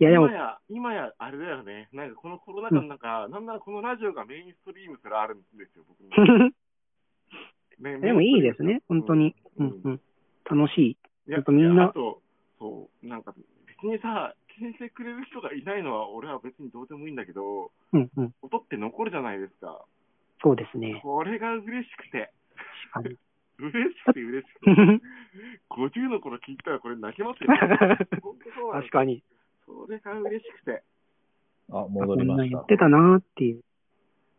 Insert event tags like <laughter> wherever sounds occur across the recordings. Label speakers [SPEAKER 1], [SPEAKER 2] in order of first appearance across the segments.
[SPEAKER 1] いやでも
[SPEAKER 2] 今や、今やあれだよね、なんかこのコロナ禍の中、なんならこのラジオがメインストリームすらあるんですよ、僕のね
[SPEAKER 1] でもいいですね、本当に。う
[SPEAKER 2] うん
[SPEAKER 1] んうん。楽しい。
[SPEAKER 2] いや
[SPEAKER 1] やっぱみんな
[SPEAKER 2] あと、そう、なんか別にさ、聞いてくれる人がいないのは俺は別にどうでもいいんだけど、
[SPEAKER 1] うんうん。
[SPEAKER 2] 音って残るじゃないですか。
[SPEAKER 1] そうですね。
[SPEAKER 2] これが嬉しくて、
[SPEAKER 1] 確かに。
[SPEAKER 2] 嬉しくて嬉しくて、50の頃聞いたらこれ泣け
[SPEAKER 1] <laughs>
[SPEAKER 2] ますよ。本当そうなの
[SPEAKER 1] 確かに。
[SPEAKER 2] それが嬉しくて。
[SPEAKER 3] あ、
[SPEAKER 1] あ
[SPEAKER 3] 戻
[SPEAKER 1] こ
[SPEAKER 3] り
[SPEAKER 1] ん
[SPEAKER 3] ま
[SPEAKER 1] な
[SPEAKER 3] し
[SPEAKER 1] や
[SPEAKER 3] た
[SPEAKER 1] っ。てたなーっていう。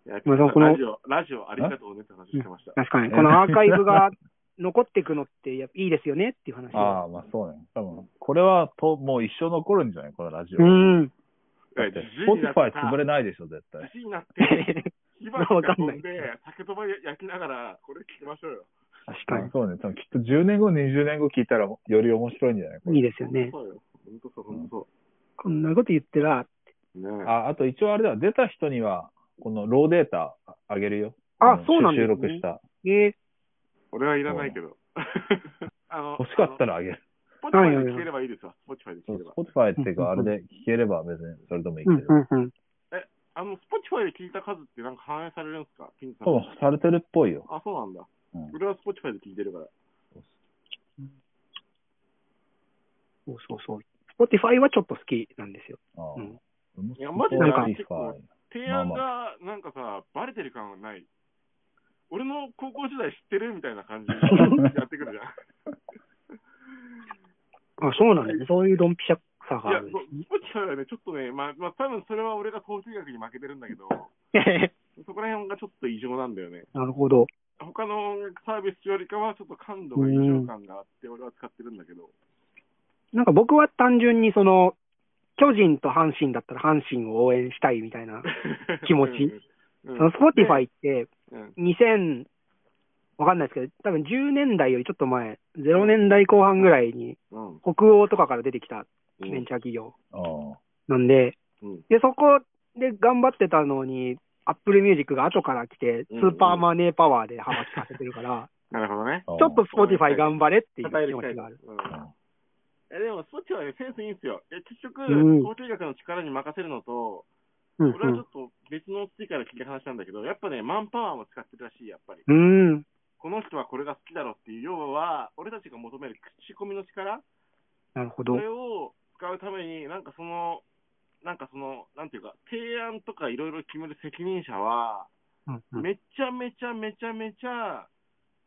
[SPEAKER 2] いや
[SPEAKER 1] まあでもこの
[SPEAKER 2] ラジオ、ラジオありがとうねって話してました。
[SPEAKER 1] 確かに。このアーカイブが残っていくのってやっぱいいですよねっていう話。
[SPEAKER 3] ああ、まあそうね。多分これはと、もう一生残るんじゃないこのラジオ。
[SPEAKER 1] う
[SPEAKER 3] だ
[SPEAKER 1] ん。 <laughs>
[SPEAKER 3] って、Spotify 潰れ
[SPEAKER 2] な
[SPEAKER 3] ないでしょ、絶対。
[SPEAKER 2] になって、火花
[SPEAKER 1] わか
[SPEAKER 2] が
[SPEAKER 1] ん
[SPEAKER 2] 飛
[SPEAKER 1] ない
[SPEAKER 2] んで、竹とば焼きながら、これ聞きましょうよ。
[SPEAKER 1] 確か
[SPEAKER 3] うんそうね。多分きっと10年後、20年後聞いたら、より面白いんじゃないこ
[SPEAKER 1] に。いい
[SPEAKER 3] れ
[SPEAKER 1] ですよね。
[SPEAKER 2] そうよ。本当そう、本当そ
[SPEAKER 1] こんなこと言ってら、
[SPEAKER 2] う。ねえ
[SPEAKER 3] あ、あと一応あれだ、出た人には、このローデータあげるよ。
[SPEAKER 1] あ
[SPEAKER 3] の
[SPEAKER 1] そうなんですね
[SPEAKER 3] 収録した。
[SPEAKER 1] えー、
[SPEAKER 2] 俺はいらないけど。あの
[SPEAKER 3] 欲しかった
[SPEAKER 2] ら。
[SPEAKER 3] らあげる。
[SPEAKER 1] はいは
[SPEAKER 2] Spotify で
[SPEAKER 1] いはい
[SPEAKER 2] 聞ければいいですわ。Spotify で
[SPEAKER 3] そ
[SPEAKER 2] 聞ければ。
[SPEAKER 3] う Spotify っていう
[SPEAKER 1] うん
[SPEAKER 3] か、あ
[SPEAKER 1] うんうん
[SPEAKER 3] れで聞ければ別にそれでもいいけ
[SPEAKER 1] う
[SPEAKER 3] ど。
[SPEAKER 1] んうんうん。
[SPEAKER 2] あの、Spotify で聞いた数ってなんか反映されるんですかピンさん。
[SPEAKER 3] 多分されてるっぽいよ。
[SPEAKER 2] あ、そうなんだ。
[SPEAKER 3] うん
[SPEAKER 2] 俺は Spotify で聞いてるから。
[SPEAKER 1] そうそうそう。Spotify はちょっと好きなんですよ。
[SPEAKER 3] ああ
[SPEAKER 1] うん
[SPEAKER 2] いやマジで
[SPEAKER 1] なんか
[SPEAKER 3] Spotify
[SPEAKER 2] 提案が、なんかさ、バレてる感はない。俺の高校時代知ってるみたいな感じでやってくるじゃん。
[SPEAKER 1] あ、そうなんですね。そういうドンピシャさが
[SPEAKER 2] い
[SPEAKER 1] あ
[SPEAKER 2] や、
[SPEAKER 1] るんで
[SPEAKER 2] そうスポティファイはね、ちょっとね、まあ、まあ、多分それは俺が統計学に負けてるんだけど、
[SPEAKER 1] す。
[SPEAKER 2] そこら辺がちょっと異常なんだよね。
[SPEAKER 1] <laughs> なるほど。
[SPEAKER 2] 他の音楽サービスよりかは、ちょっと感度が異常感があって、俺は使ってるんだけど。
[SPEAKER 1] なんか僕は単純にその、巨人と阪神だったら阪神を応援したいみたいな。気持ち
[SPEAKER 2] うん。
[SPEAKER 1] そ
[SPEAKER 2] うん
[SPEAKER 1] の Spotify って
[SPEAKER 2] うん。
[SPEAKER 1] 2000、わかんないですけど、多分10年代よりちょっと前、0年代後半ぐらいに
[SPEAKER 2] うん。
[SPEAKER 1] 北欧とかから出てきた
[SPEAKER 2] う
[SPEAKER 1] ベン
[SPEAKER 2] ん
[SPEAKER 1] チャー企業
[SPEAKER 3] ああ。
[SPEAKER 1] なんで、
[SPEAKER 2] うん。
[SPEAKER 1] で、そこで頑張ってたのに、Apple Music が後から来て、ス
[SPEAKER 2] うん
[SPEAKER 1] ーパーマネーパワーで幅利かせて
[SPEAKER 2] <laughs>
[SPEAKER 1] るから、
[SPEAKER 2] なるほどね。
[SPEAKER 3] ああ
[SPEAKER 1] ちょっと Spotify 頑張れっていう
[SPEAKER 2] 叩い
[SPEAKER 1] 気
[SPEAKER 2] て
[SPEAKER 1] 持
[SPEAKER 2] きたい
[SPEAKER 1] ちがある。
[SPEAKER 2] う
[SPEAKER 3] うんん
[SPEAKER 2] えでも、そっちはね、センスいいんですよ。え結局、
[SPEAKER 1] うん
[SPEAKER 2] 統計学の力に任せるのと、
[SPEAKER 1] うん
[SPEAKER 2] 俺はちょっと別のスピーカーで聞いた話なんだけど、やっぱね、マンパワーも使ってるらしい、やっぱり。
[SPEAKER 1] うん。うん。
[SPEAKER 2] この人はこれが好きだろっていう、要は、俺たちが求める口コミの力、
[SPEAKER 1] なるほ
[SPEAKER 2] そ
[SPEAKER 1] ど。
[SPEAKER 2] れを使うために、なんかその、なんかその、なんていうか、提案とかいろいろ決める責任者は、
[SPEAKER 1] うんうん
[SPEAKER 2] めちゃめちゃめちゃめちゃ、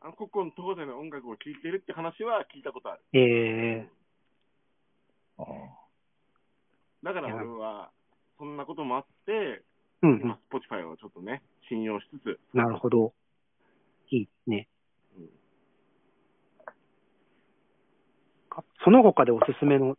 [SPEAKER 2] あの古今東西の音楽を聴いてるって話は聞いたことある。
[SPEAKER 1] え
[SPEAKER 3] ああ
[SPEAKER 2] だから俺は、そんなこともあって、
[SPEAKER 1] ー、うんう
[SPEAKER 2] 今
[SPEAKER 1] ん、、
[SPEAKER 2] Spotify をちょっとね、信用しつつ、
[SPEAKER 1] なるほど。いいですね
[SPEAKER 2] うん。
[SPEAKER 1] かその他でおすすめの、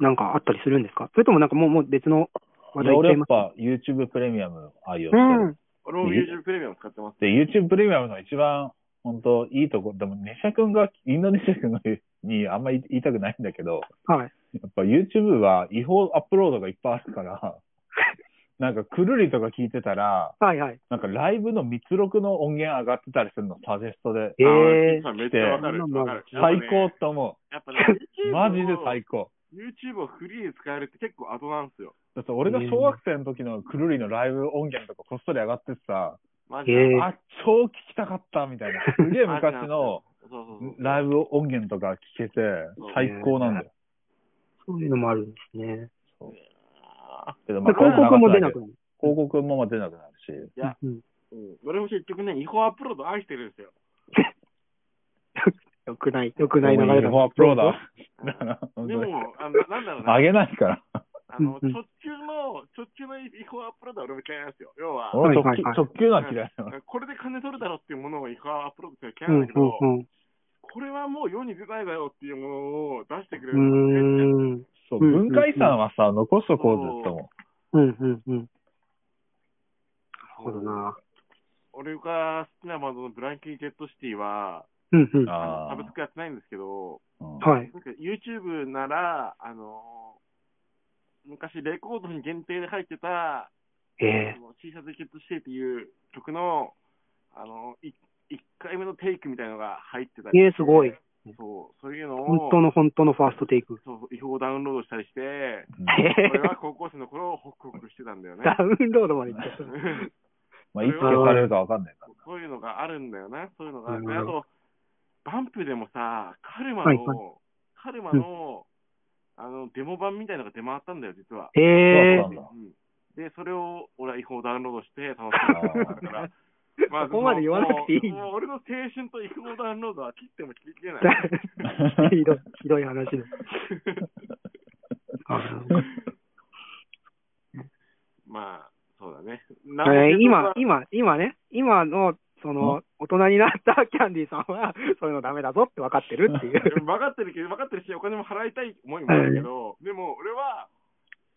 [SPEAKER 1] なんかあったりするんですかそれともなんかもうもう別の話
[SPEAKER 3] いや
[SPEAKER 1] 題いっちゃい
[SPEAKER 3] 俺やっ
[SPEAKER 1] ます
[SPEAKER 3] ぱ YouTube プレミアム愛用
[SPEAKER 1] う
[SPEAKER 3] してる。
[SPEAKER 1] ん。
[SPEAKER 2] 俺も
[SPEAKER 3] うん
[SPEAKER 2] YouTube プレミアム使ってます。
[SPEAKER 3] で、YouTube プレミアムの一番、本当いいとこ、でも、ネシャ君が、インドネシア君のにあんまり言いたくないんだけど、
[SPEAKER 1] はい。
[SPEAKER 3] やっぱ YouTube は違法アップロードがいっぱいあるから、 <laughs> なんか、くるりとか聞いてたら、
[SPEAKER 1] はいはい。
[SPEAKER 3] なんかライブの密録の音源上がってたりするの、サジェストで。
[SPEAKER 1] え
[SPEAKER 2] あー
[SPEAKER 1] え
[SPEAKER 2] 実はめっちゃわかる。
[SPEAKER 1] 来て
[SPEAKER 2] わかる。
[SPEAKER 3] 最高と思
[SPEAKER 2] やっぱね、
[SPEAKER 3] う。
[SPEAKER 2] やっぱ
[SPEAKER 3] マ
[SPEAKER 2] ね
[SPEAKER 3] ジ
[SPEAKER 2] YouTube
[SPEAKER 3] で
[SPEAKER 2] を
[SPEAKER 3] 最高。
[SPEAKER 2] YouTube をフリーで使えるって結構後なんですよ。
[SPEAKER 3] だって俺が小学生の時のくるりのライブ音源とかこっそり上がっててさ、
[SPEAKER 2] マジで。
[SPEAKER 1] えー
[SPEAKER 3] あ、超聞きたかったみたいな。すげえ
[SPEAKER 2] マジなん
[SPEAKER 3] 昔
[SPEAKER 2] です
[SPEAKER 3] の
[SPEAKER 2] よ、そうそうそう。
[SPEAKER 3] ライブ音源とか聞けて、最高なんだよ。
[SPEAKER 1] そういうのもあるんですね。
[SPEAKER 2] あ
[SPEAKER 3] けどまあ
[SPEAKER 1] 広告も出なくなる。
[SPEAKER 3] 広告も出なくなるし。
[SPEAKER 2] いや
[SPEAKER 1] うん
[SPEAKER 2] ーうん俺も結局ね、違法アップロード愛してるんですよ。
[SPEAKER 1] よくない、よくない流れだ。
[SPEAKER 3] フォアプ
[SPEAKER 1] <laughs>
[SPEAKER 3] ロだ。だから、
[SPEAKER 2] で
[SPEAKER 3] 本
[SPEAKER 2] も、あのなんだろう
[SPEAKER 3] 当にあ
[SPEAKER 2] な、
[SPEAKER 3] げないから。
[SPEAKER 2] あの、
[SPEAKER 1] うん
[SPEAKER 2] 直球の、直球の違法アップロードは俺も嫌いなんですよ。要は、
[SPEAKER 3] 俺
[SPEAKER 1] <laughs>
[SPEAKER 3] 直
[SPEAKER 1] はい
[SPEAKER 3] 球、
[SPEAKER 1] はい
[SPEAKER 3] 直球のは嫌いなの。
[SPEAKER 2] これで金取るだろっていうものを違法アップロードって嫌
[SPEAKER 1] う
[SPEAKER 2] いなんんだけど、
[SPEAKER 1] うん
[SPEAKER 2] これはもう世に出ないだろうっていうものを出してくれ
[SPEAKER 1] う
[SPEAKER 2] るのがめっちゃ
[SPEAKER 1] ん。うーん。
[SPEAKER 3] そう、
[SPEAKER 1] うん
[SPEAKER 3] 文化遺産はさ、残しとこうずっとも。
[SPEAKER 1] うんうんうん。なるほどな。
[SPEAKER 2] 俺が好きなバンドのブランキー・ジェット・シティは、
[SPEAKER 1] うんうん。は
[SPEAKER 3] あ
[SPEAKER 2] サブスクやってないんですけど、
[SPEAKER 3] あ。うん
[SPEAKER 1] い。
[SPEAKER 2] なんか YouTube なら、あのー昔レコードに限定で入ってた、
[SPEAKER 1] ええ
[SPEAKER 2] あの T シャツ・ジェット・シティっていう曲の、あのー、1回目のテイクみたいのが入ってたり。
[SPEAKER 1] ええすごい。
[SPEAKER 2] そう、そういうのを、
[SPEAKER 1] 本当の本当のファーストテイク。
[SPEAKER 2] そう違法ダウンロードしたり
[SPEAKER 1] <laughs>
[SPEAKER 2] して、
[SPEAKER 3] うん
[SPEAKER 2] 俺は高校生の頃、ホクホクしてたんだよね
[SPEAKER 1] ダ。ウンロードまでいっちゃった。
[SPEAKER 3] まあ、いつ消されるかわかんないか
[SPEAKER 2] そういうのがあるんだよな、そういうのが。
[SPEAKER 1] うん
[SPEAKER 2] であと、バンプでもさ、カルマの、
[SPEAKER 1] はいは
[SPEAKER 2] カルマの、あの、デモ版みたいなのが出回ったんだよ、実は。
[SPEAKER 1] へえ
[SPEAKER 3] そうなん
[SPEAKER 2] うん、
[SPEAKER 3] だ
[SPEAKER 2] で、それを俺は違法ダウンロードして楽しんだか
[SPEAKER 1] <laughs>
[SPEAKER 2] ら。
[SPEAKER 1] そこまで言わなくていい
[SPEAKER 2] もうもう俺の青春と違法ダウンロードは切っても切りきれない。
[SPEAKER 1] <laughs>
[SPEAKER 3] ら。
[SPEAKER 1] ひどい、ひどい話です。あー
[SPEAKER 2] まあ、そうだね。
[SPEAKER 1] えー今
[SPEAKER 2] なん、で
[SPEAKER 1] 今、今ね、今の、その、大人になった <laughs> キャンディーさんは、そういうのダメだぞって分かってるって
[SPEAKER 2] <laughs>
[SPEAKER 1] い
[SPEAKER 2] 僕
[SPEAKER 1] う。
[SPEAKER 2] は分かってるけど、分かってるし、お金も払いたい思いもあるけど、でも俺は、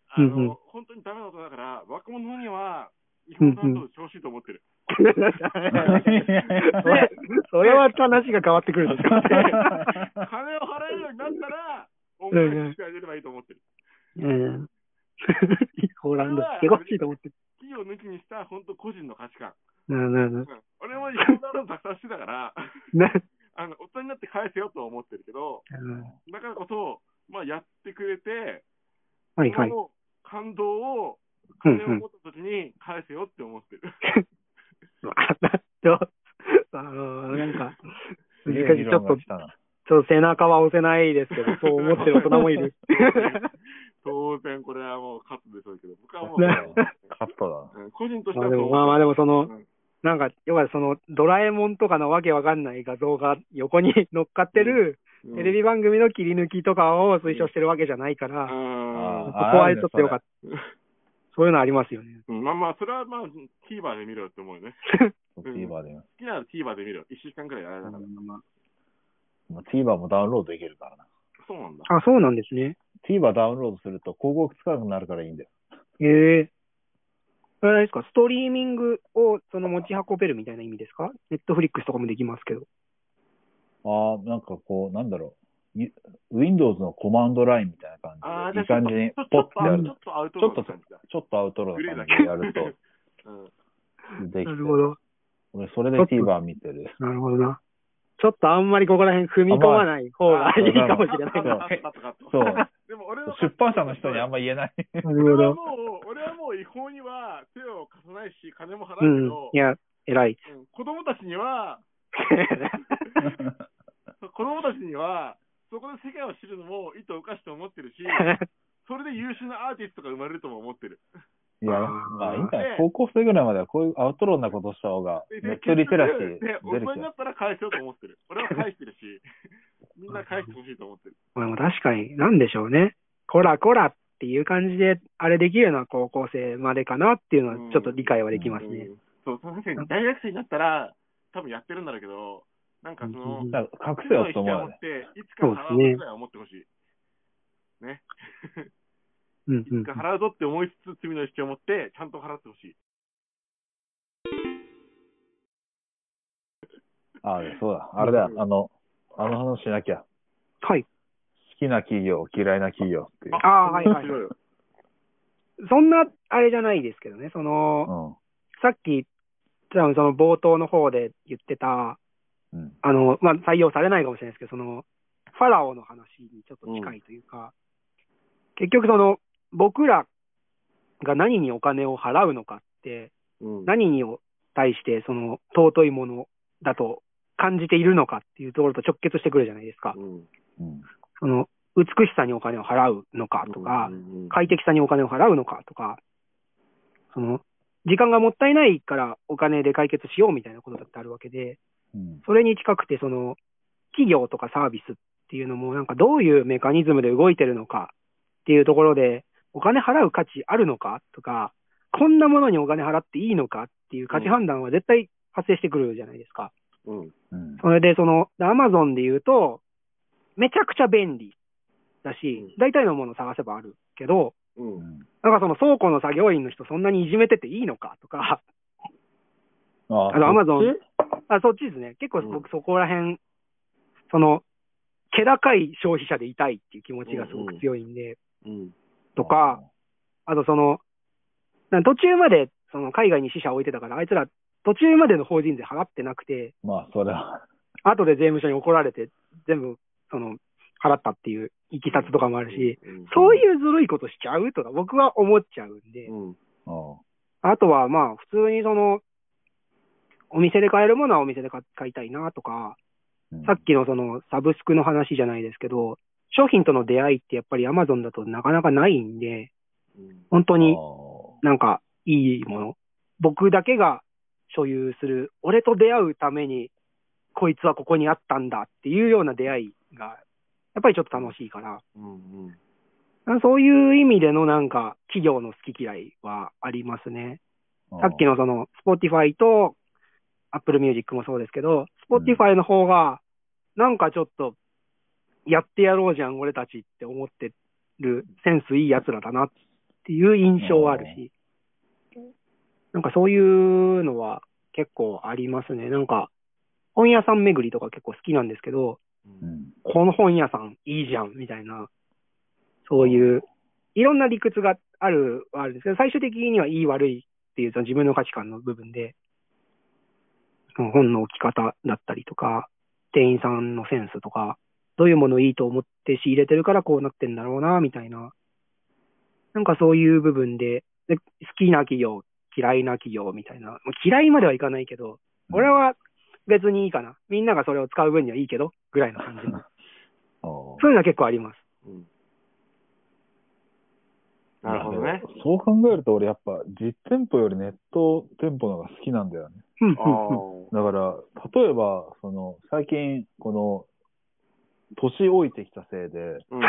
[SPEAKER 2] あ
[SPEAKER 1] うんうん
[SPEAKER 2] の、本当にダメなことだから、若者には、違法ダウンロードしてほしいと思ってる。
[SPEAKER 1] <laughs> そ <laughs> れ、それは話が変わって
[SPEAKER 2] <laughs>
[SPEAKER 1] くるでし
[SPEAKER 2] 金を払えるようになったら、音
[SPEAKER 1] んうん
[SPEAKER 2] 楽してあげればいいと思ってる。<laughs>
[SPEAKER 1] ょ。うん。 <laughs> ホーランド、エゴしいと思ってる。
[SPEAKER 2] 企業抜きにした、本当個人の価値観。
[SPEAKER 1] なあなあな
[SPEAKER 2] うん俺も違法ダウンロードたくさんしてたから、
[SPEAKER 1] あなあ
[SPEAKER 2] あの、大人になって返せよとは思ってるけど、
[SPEAKER 1] うん
[SPEAKER 2] だからこそ、まあ、やってくれて、
[SPEAKER 1] はいはい
[SPEAKER 2] そ。の感動を、
[SPEAKER 1] うんう
[SPEAKER 2] 金を
[SPEAKER 1] ん
[SPEAKER 2] 持った時に返せよって思
[SPEAKER 3] <laughs>
[SPEAKER 2] ってる。
[SPEAKER 1] あと、 <laughs> あのー、なんか、
[SPEAKER 3] すげえ
[SPEAKER 1] 難しい。
[SPEAKER 3] 議
[SPEAKER 1] ちょっ
[SPEAKER 3] 論が
[SPEAKER 1] と、
[SPEAKER 3] 来
[SPEAKER 1] ち
[SPEAKER 3] た
[SPEAKER 1] ょ
[SPEAKER 3] な
[SPEAKER 1] っと背中は押せないです <laughs> けど、そう思ってる大人もい <laughs> る。
[SPEAKER 2] 当然、これはもうカットでしょうけど、僕はもう、
[SPEAKER 3] <laughs>
[SPEAKER 1] ね
[SPEAKER 3] カット
[SPEAKER 2] うん個人として
[SPEAKER 1] まあ
[SPEAKER 2] は
[SPEAKER 1] で
[SPEAKER 2] そう
[SPEAKER 1] も、まあまあでもその、
[SPEAKER 2] うん
[SPEAKER 1] なんか、要はその、ドラえもんとかのわけわかんない画像が横に乗っかってる、
[SPEAKER 2] うん
[SPEAKER 1] テレビ番組の切り抜きとかを推奨してるわけじゃないか
[SPEAKER 2] う
[SPEAKER 1] ら、
[SPEAKER 2] ん
[SPEAKER 1] そ
[SPEAKER 3] あ
[SPEAKER 1] こはちょっとよかった。
[SPEAKER 2] うん
[SPEAKER 1] そういうのありますよ <laughs> ね。
[SPEAKER 2] うんまあまあ、それはまあ、TVer で見ろよって思うよね。
[SPEAKER 3] だ。TVer で。
[SPEAKER 2] 好きなら TVer で見ろよ。1週間くらいやられなかった。
[SPEAKER 3] まあ TVer もダウンロードできるからな。
[SPEAKER 2] そうなんだ。
[SPEAKER 1] あ、そうなんですね。
[SPEAKER 3] TVer ダウンロードすると広告つかなくなるからいいんだよ。
[SPEAKER 1] ええあれですか、ストリーミングをその持ち運べるみたいな意味ですかネットフリックスとかもできますけど。
[SPEAKER 3] ああ、なんかこう、なんだろう。い Windows のコマンドラインみたいな
[SPEAKER 2] あ
[SPEAKER 3] 感
[SPEAKER 2] あ、
[SPEAKER 3] じで、いい
[SPEAKER 2] じゃあ
[SPEAKER 3] 感じに
[SPEAKER 2] ちょっ
[SPEAKER 3] ポッ
[SPEAKER 2] と
[SPEAKER 3] てやる
[SPEAKER 2] ちょっ。とアウト
[SPEAKER 3] ち
[SPEAKER 2] ロー
[SPEAKER 3] ょっと
[SPEAKER 2] な感じだ。
[SPEAKER 3] ちょっとアウトローな感じでやると
[SPEAKER 2] うん
[SPEAKER 3] でき
[SPEAKER 1] な
[SPEAKER 3] て
[SPEAKER 1] るほど。
[SPEAKER 3] 俺、それで TVer 見てる。
[SPEAKER 1] なるほどな。ちょっとあんまりここら辺踏み込まない方がいいかもしれない
[SPEAKER 2] カ
[SPEAKER 1] け
[SPEAKER 2] ッ
[SPEAKER 1] ど。
[SPEAKER 2] ト
[SPEAKER 1] な
[SPEAKER 2] カットカット
[SPEAKER 3] そう。
[SPEAKER 2] でも俺の
[SPEAKER 3] 出版社の人にあんま言えない。
[SPEAKER 1] る
[SPEAKER 2] 俺
[SPEAKER 1] ほ
[SPEAKER 2] は
[SPEAKER 1] ど。
[SPEAKER 2] もう、俺はもう違法には手を貸さないし、金も払
[SPEAKER 1] う
[SPEAKER 2] うんけど、。
[SPEAKER 1] いや、偉い。 <laughs>
[SPEAKER 2] うん子供たちには、子供たちには、そこで世界を知るのもいとおかしと思ってる
[SPEAKER 1] <laughs>
[SPEAKER 2] し、それで優秀なアーティストが生まれるとも思ってる。
[SPEAKER 3] <laughs> いや、
[SPEAKER 1] あー
[SPEAKER 3] まあいいんだよ。高校生ぐらいまではこういうアウトローなことした方が、
[SPEAKER 2] で
[SPEAKER 3] ネットリテラシー
[SPEAKER 2] で結局
[SPEAKER 3] 出
[SPEAKER 2] で、大人
[SPEAKER 3] る
[SPEAKER 2] に
[SPEAKER 3] じ
[SPEAKER 2] な
[SPEAKER 3] ゃん。
[SPEAKER 2] ったら返せようと思ってる。俺は返してるし、みんな返してほしいと思ってる。
[SPEAKER 1] まあでも確かに、なんでしょうね。こらこらっていう感じで、あれできるのは高校生までかなっていうのは、ちょっと理解はできますね
[SPEAKER 2] う。んそう、確かに大学生になったら、多分やってるんだろうけど、なんかその、
[SPEAKER 1] うん
[SPEAKER 3] だから隠せよと思う
[SPEAKER 2] は持
[SPEAKER 3] よ
[SPEAKER 2] っ
[SPEAKER 3] ね。
[SPEAKER 2] て、いつか払うぐらいは思ってほしい。ね。
[SPEAKER 1] うん
[SPEAKER 2] い
[SPEAKER 1] う
[SPEAKER 2] つ
[SPEAKER 1] ん
[SPEAKER 2] か払うぞって思いつつ、罪の意識を持って、ちゃんと払ってほしい。
[SPEAKER 3] ああ、そうだ。あれだよ
[SPEAKER 2] う。ん
[SPEAKER 3] あの、あの話しなきゃ。
[SPEAKER 1] はい。
[SPEAKER 3] 好きな企業、嫌いな企業っていう。
[SPEAKER 1] あーはいは
[SPEAKER 2] 面
[SPEAKER 1] い
[SPEAKER 2] 白よ
[SPEAKER 1] そんな、あれじゃないですけどね、その、さっき、多分その冒頭の方で言ってた、
[SPEAKER 3] うん。うん。
[SPEAKER 1] あの、まあ、採用されないかもしれないですけど、その、ファラオの話にちょっと近いというか、結局その、僕らが何にお金を払うのかって、
[SPEAKER 2] うん
[SPEAKER 1] 何にを対してその尊いものだと感じているのかっていうところと直結してくるじゃないですか
[SPEAKER 2] う。ん
[SPEAKER 3] うん。
[SPEAKER 1] その美しさにお金を払うのかとか
[SPEAKER 2] う、んうん
[SPEAKER 1] 快適さにお金を払うのかとか、その時間がもったいないからお金で解決しようみたいなことだってあるわけで、
[SPEAKER 3] うん。
[SPEAKER 1] それに近くてその企業とかサービスっていうのもなんかどういうメカニズムで動いてるのかっていうところでお金払う価値あるのかとか、こんなものにお金払っていいのかっていう価値判断は絶対発生してくるじゃないですか。
[SPEAKER 2] うん
[SPEAKER 3] うん。
[SPEAKER 1] それでその、アマゾンで言うと、めちゃくちゃ便利だし、大体のもの探せばあるけど、
[SPEAKER 2] う
[SPEAKER 3] うんん
[SPEAKER 1] なんかその倉庫の作業員の人そんなにいじめてていいのかとか、 <laughs>
[SPEAKER 3] あ
[SPEAKER 1] あの、アマゾ
[SPEAKER 3] そっ
[SPEAKER 1] ン
[SPEAKER 3] ち、
[SPEAKER 1] あ、そっちですね。結構
[SPEAKER 2] う
[SPEAKER 1] 僕そこら辺、その、気高い消費者でいたいっていう気持ちがすごく強いんで、
[SPEAKER 2] うん
[SPEAKER 1] とか、あとその、なん途中までその海外に死者置いてたから、あいつら途中までの法人税払ってなくて、
[SPEAKER 3] まあ、それは。
[SPEAKER 1] 後で税務署に怒られて、全部、その、払ったっていう、いきさつとかもあるし、
[SPEAKER 2] うん
[SPEAKER 1] そういうずるいことしちゃうとか、僕は思っちゃうんで、
[SPEAKER 2] うん。
[SPEAKER 3] あ
[SPEAKER 1] あとはまあ、普通にその、お店で買えるものはお店で買買いたいなとか、
[SPEAKER 3] うん
[SPEAKER 1] さっきのその、サブスクの話じゃないですけど、商品との出会いってやっぱり Amazon だとなかなかないんで、
[SPEAKER 2] うん
[SPEAKER 1] 本当に
[SPEAKER 3] あ
[SPEAKER 1] なんかいいもの。僕だけが所有する、俺と出会うために、こいつはここにあったんだっていうような出会いが、やっぱりちょっと楽しいから、
[SPEAKER 2] うんうん
[SPEAKER 1] そういう意味でのなんか企業の好き嫌いはありますね。
[SPEAKER 3] ー
[SPEAKER 1] さっきのその Spotify と Apple Music もそうですけど、Spotify の方がなんかちょっとやってやろうじゃん俺たちって思ってるセンスいい奴らだなっていう印象はあるし、なんかそういうのは結構ありますね。なんか本屋さん巡りとか結構好きなんですけど、
[SPEAKER 3] う
[SPEAKER 2] うん
[SPEAKER 1] <laughs>
[SPEAKER 3] ん
[SPEAKER 1] この本屋さんいいじゃん、みたいな、そういう、いろんな理屈があるはあるんですけど、最終的にはいい悪いっていうその自分の価値観の部分で、その本の置き方だったりとか、店員さんのセンスとか、どういうものをいいと思って仕入れてるからこうなってんだろうな、みたいな。なんかそういう部分で、で好きな企業、嫌いな企業みたいな。まあ嫌いまではいかないけど、俺は別にいいかな。みんながそれを使う分にはいいけど、ぐらいの感じの。
[SPEAKER 3] あー
[SPEAKER 1] そういうのは結構あります。
[SPEAKER 2] うんなるほどね。
[SPEAKER 3] そう考えると俺やっぱ実店舗よりネット店舗の方が好きなんだよね。
[SPEAKER 1] うんうん
[SPEAKER 2] あ
[SPEAKER 1] うん
[SPEAKER 2] ー
[SPEAKER 3] <laughs> だから、例えば、その、最近、この、年老いてきたせいで、
[SPEAKER 2] うん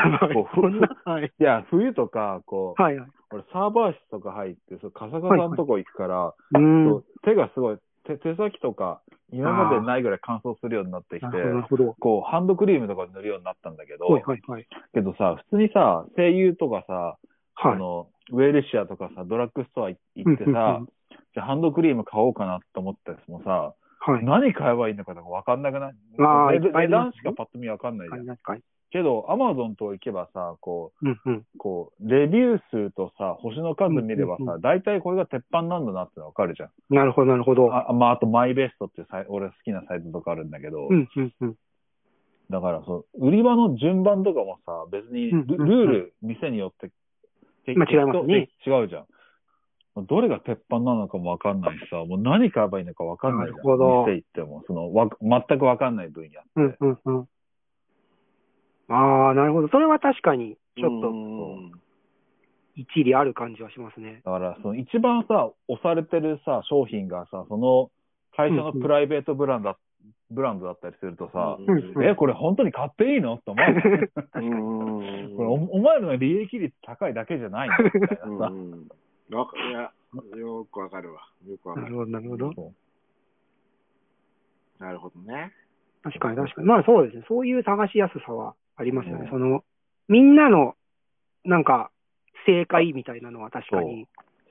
[SPEAKER 3] こう
[SPEAKER 1] そんな、はい。
[SPEAKER 3] いや、冬とか、こう、
[SPEAKER 1] はいはい。
[SPEAKER 3] 俺サーバー室とか入って、そうカサカサのとこ行くから、
[SPEAKER 1] う
[SPEAKER 3] そ
[SPEAKER 1] ん。
[SPEAKER 3] う手がすごい手、手先とか、今までないぐらい乾燥するようになってきて
[SPEAKER 1] な、るほど。
[SPEAKER 3] こう、ハンドクリームとかに塗るようになったんだけど、
[SPEAKER 1] はいはいはい。
[SPEAKER 3] けどさ、普通にさ、声優とかさ、あ
[SPEAKER 1] はい。
[SPEAKER 3] の、ウェルシアとかさ、ドラッグストア行って
[SPEAKER 1] うんうん
[SPEAKER 3] さ、
[SPEAKER 1] うん
[SPEAKER 3] じゃあハンドクリーム買おうかなと思ったやつもさ、
[SPEAKER 1] はい。
[SPEAKER 3] 何買えばいいのかとか分かんなくない
[SPEAKER 1] あー
[SPEAKER 3] 値
[SPEAKER 1] いっぱいありま
[SPEAKER 3] 値
[SPEAKER 1] す
[SPEAKER 3] 段しかパッと見分かんないじゃん。
[SPEAKER 1] 確かに。
[SPEAKER 3] けど、アマゾンと行けばさ、こ
[SPEAKER 1] うんうん。
[SPEAKER 3] う、こう、レビュー数とさ、星の数見れば
[SPEAKER 1] うんうん
[SPEAKER 3] さ、大体これが鉄板なんだなっての分かるじゃん。
[SPEAKER 1] なるほどなるほど。
[SPEAKER 3] あ、まあ、あと、マイベストっていうサイ俺好きなサイトとかあるんだけど、
[SPEAKER 1] うんうんうん。
[SPEAKER 3] だから、そう、売り場の順番とかもさ、別にル、
[SPEAKER 1] うんうんうん
[SPEAKER 3] ルール、店によって、
[SPEAKER 1] まあ違いますね
[SPEAKER 3] 適当。違うじゃん。どれが鉄板なのかもわかんないしさ、もう何買えばいいのかわかんないじゃん。
[SPEAKER 1] なるほど
[SPEAKER 3] 店行っても、その、わ、全くわかんない分野って。
[SPEAKER 1] うんうんうん。ああ、なるほど。それは確かに、ちょっと
[SPEAKER 2] うん
[SPEAKER 1] 一理ある感じはします <laughs> ね。
[SPEAKER 3] だから、その一番さ、押されてるさ、商品がさ、その会社のプライベートブランドだ、ブランドだったりするとさ、
[SPEAKER 1] うんうん
[SPEAKER 3] え、これ本当に買っていいのって思うじゃん
[SPEAKER 2] うん
[SPEAKER 3] これおお前らの利益率高いだけじゃないのみた
[SPEAKER 1] <laughs>
[SPEAKER 3] いな
[SPEAKER 2] う
[SPEAKER 3] さ。
[SPEAKER 2] んうんわかいや、よくわかるわ。よくわか
[SPEAKER 1] <laughs> なる
[SPEAKER 2] る。
[SPEAKER 1] ほど、なるほど。
[SPEAKER 3] そう
[SPEAKER 2] なるほどね。
[SPEAKER 1] 確かに確かに。まあそうですね。そういう探しやすさはありますよ
[SPEAKER 3] う
[SPEAKER 1] ね
[SPEAKER 3] ん。
[SPEAKER 1] その、みんなの、なんか、正解みたいなのは確かに。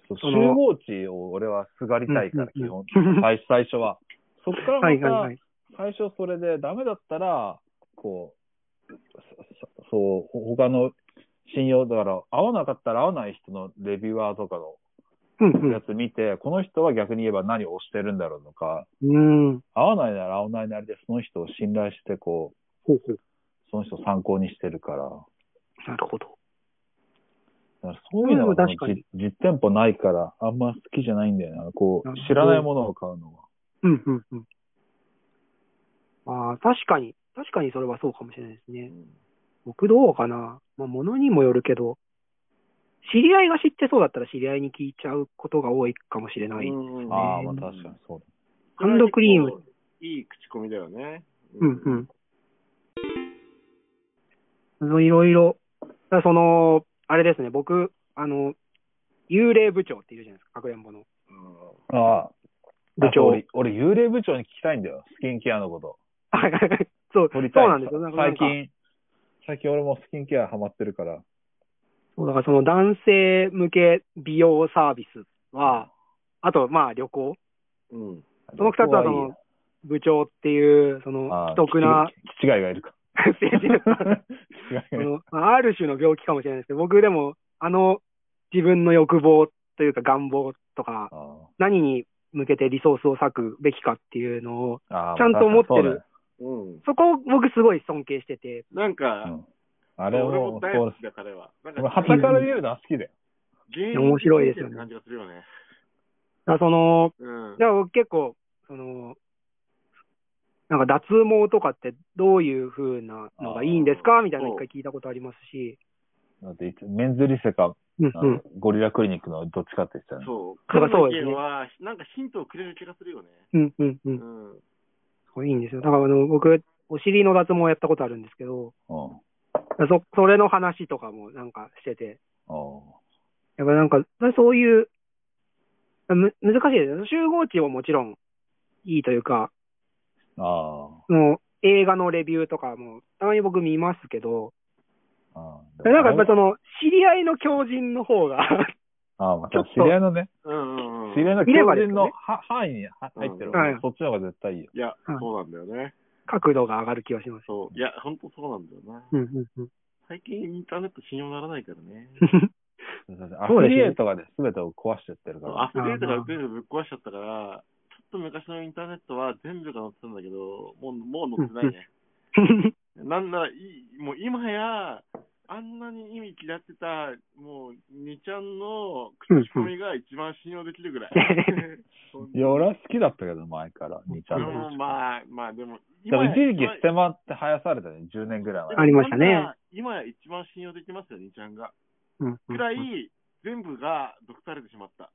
[SPEAKER 3] そう
[SPEAKER 1] その
[SPEAKER 3] 集合値を俺はすがりたいから、
[SPEAKER 1] うん
[SPEAKER 3] 基
[SPEAKER 1] うん
[SPEAKER 3] 本。
[SPEAKER 1] うん
[SPEAKER 3] 最最初は。そっか
[SPEAKER 1] はいは
[SPEAKER 3] ら
[SPEAKER 1] い
[SPEAKER 3] ま
[SPEAKER 1] はい。
[SPEAKER 3] た、最初それでダメだったら、こう、そそそう、ほ他の信用、だから、合わなかったら合わない人のレビュアーとかの
[SPEAKER 1] うん
[SPEAKER 3] やつ見て、この人は逆に言えば何を推してるんだろうとか、
[SPEAKER 1] うん。うん。
[SPEAKER 3] 合わないなら合わないなりでその人を信頼して、こう、
[SPEAKER 1] ほうほう。
[SPEAKER 3] その人を参考にしてるから。
[SPEAKER 1] なるほど。
[SPEAKER 3] だからそういうのが
[SPEAKER 1] うん確かに
[SPEAKER 3] 実実店舗ないから、あんま好きじゃないんだよな。こ
[SPEAKER 1] なるほ
[SPEAKER 3] う、
[SPEAKER 1] ど
[SPEAKER 3] 知らないものを買うのは。
[SPEAKER 1] うんうんうん。ああ、確かに。確かにそれはそうかもしれないですね。僕どうかな。まあ、物にもよるけど、知り合いが知ってそうだったら知り合いに聞いちゃうことが多いかもしれない。
[SPEAKER 2] うん
[SPEAKER 3] ああ、まあ確かに。そう
[SPEAKER 1] ハンドクリーム。
[SPEAKER 2] いい口コミだよね。
[SPEAKER 1] うんうん。そのいろいろ、だからその、あれですね、僕、あの、幽霊部長っているじゃないですか、かくれんぼの。
[SPEAKER 2] う
[SPEAKER 3] だ。ああ、
[SPEAKER 1] 部長
[SPEAKER 3] 俺、俺幽霊部長に聞きたいんだよ。スキンケアのこと。
[SPEAKER 1] はいはいはい <laughs> そう、そ
[SPEAKER 3] 取
[SPEAKER 1] う
[SPEAKER 3] りたい。
[SPEAKER 1] なんですよ。なんか
[SPEAKER 3] 最。近、最近俺もスキンケアハマってるから。
[SPEAKER 1] そう、だからその男性向け美容サービスは、あと、まあ旅行、
[SPEAKER 2] ん。うん。
[SPEAKER 1] その二つはその部長っていう、そ
[SPEAKER 3] あ
[SPEAKER 1] の
[SPEAKER 3] あ、
[SPEAKER 1] 既得な、
[SPEAKER 3] 気違いがい
[SPEAKER 1] <laughs>
[SPEAKER 3] るか。
[SPEAKER 1] 政治家
[SPEAKER 3] 気違い
[SPEAKER 1] そ
[SPEAKER 3] がいる。
[SPEAKER 1] のまあある種の病気かもしれないですけど、僕でも、あの、自分の欲望というか願望とか、
[SPEAKER 3] <laughs> あ
[SPEAKER 1] 何に向けてリソースを割くべきかっていうのを、
[SPEAKER 3] あああ
[SPEAKER 1] ちゃんと持ってる
[SPEAKER 2] うん。
[SPEAKER 1] そこを僕すごい尊敬してて、
[SPEAKER 2] なんか、
[SPEAKER 3] うんあれ
[SPEAKER 2] 俺
[SPEAKER 3] も
[SPEAKER 2] も、大
[SPEAKER 3] そ
[SPEAKER 2] 好
[SPEAKER 3] う
[SPEAKER 2] きだ、彼は。なんか、
[SPEAKER 3] 俺、はたから見るのは好きだよ。
[SPEAKER 2] 芸
[SPEAKER 1] 面白いですよね
[SPEAKER 2] って感じがするよね。
[SPEAKER 1] だからその、
[SPEAKER 2] うん
[SPEAKER 1] じ。ゃあ僕結構、その、なんか脱毛とかってどういう風なのがいいんです
[SPEAKER 2] あ
[SPEAKER 1] か
[SPEAKER 2] ー
[SPEAKER 1] みたいなの一
[SPEAKER 2] そう
[SPEAKER 1] 回聞いたことありますし、
[SPEAKER 3] だっていつ、メンズリセか、
[SPEAKER 1] うん
[SPEAKER 3] あ
[SPEAKER 1] う
[SPEAKER 3] の
[SPEAKER 1] ん。
[SPEAKER 3] ゴリラクリニックのどっちかって言ってたよね。
[SPEAKER 2] そう。
[SPEAKER 1] だから
[SPEAKER 2] 彼
[SPEAKER 1] そ
[SPEAKER 2] の
[SPEAKER 1] う
[SPEAKER 2] 意
[SPEAKER 1] ですね
[SPEAKER 2] 見は、なんかヒントをくれる気がするよね。
[SPEAKER 1] うんうん
[SPEAKER 2] う
[SPEAKER 1] う。
[SPEAKER 2] んん。
[SPEAKER 1] これいいんですよ。だからあの、僕、お尻の脱毛やったことあるんですけど、
[SPEAKER 3] うん。
[SPEAKER 1] そ、それの話とかもなんかしてて、
[SPEAKER 3] お
[SPEAKER 1] やっぱなんか、そういう、む難しいですよ。集合値ももちろんいいというか、
[SPEAKER 3] ーあー
[SPEAKER 1] その映画のレビューとかも、たまに僕見ますけど、
[SPEAKER 3] あー。
[SPEAKER 1] なんかやっぱ
[SPEAKER 3] ち
[SPEAKER 1] そ
[SPEAKER 3] ょ
[SPEAKER 1] の、知り合いの狂人の方が、
[SPEAKER 3] ああ、まあ、
[SPEAKER 1] ちょっと
[SPEAKER 3] 知り合いのね、
[SPEAKER 2] うんうんうん。
[SPEAKER 3] 知り合いの
[SPEAKER 1] 見れば
[SPEAKER 3] 強
[SPEAKER 1] です
[SPEAKER 3] 人
[SPEAKER 1] よ
[SPEAKER 3] の
[SPEAKER 1] ね
[SPEAKER 3] は範囲には入ってる
[SPEAKER 1] うんはい
[SPEAKER 3] そっちの方が絶対いいよ。
[SPEAKER 2] いや、
[SPEAKER 1] うん
[SPEAKER 2] そうなんだよね。
[SPEAKER 1] 角度が上がる気がします。
[SPEAKER 2] そう。いや、ほんとそうなんだよな。
[SPEAKER 1] うんうん <laughs> うん。
[SPEAKER 2] 最近インターネット信用ならないからね。
[SPEAKER 3] ア
[SPEAKER 1] そう
[SPEAKER 3] フ
[SPEAKER 1] ですね
[SPEAKER 3] リエイトがね、全てを壊してってるか
[SPEAKER 2] そう
[SPEAKER 3] ら
[SPEAKER 2] ア。フィリエイトが全部ぶっ壊しちゃったから、ちょっと昔のインターネットは全部が載ってたんだけど、もう、もう載ってないね。なんなら、いい、もう今や、あんなに意味嫌ってた、もう、2ちゃんの口コミが一番信用できる
[SPEAKER 1] <laughs>
[SPEAKER 2] ぐらい。
[SPEAKER 3] いや、俺は好きだったけど、前から、2チャン
[SPEAKER 2] で
[SPEAKER 3] ネル。
[SPEAKER 2] もまあ、まあでも、
[SPEAKER 3] でも一時期
[SPEAKER 2] 今
[SPEAKER 3] ステマって生やされたね、10年ぐらい前。
[SPEAKER 1] ありましたね。
[SPEAKER 2] 今や一番信用できますよ、2ちゃんが。
[SPEAKER 1] うんう
[SPEAKER 2] く
[SPEAKER 1] ん
[SPEAKER 2] らい、全部が毒されてしまった。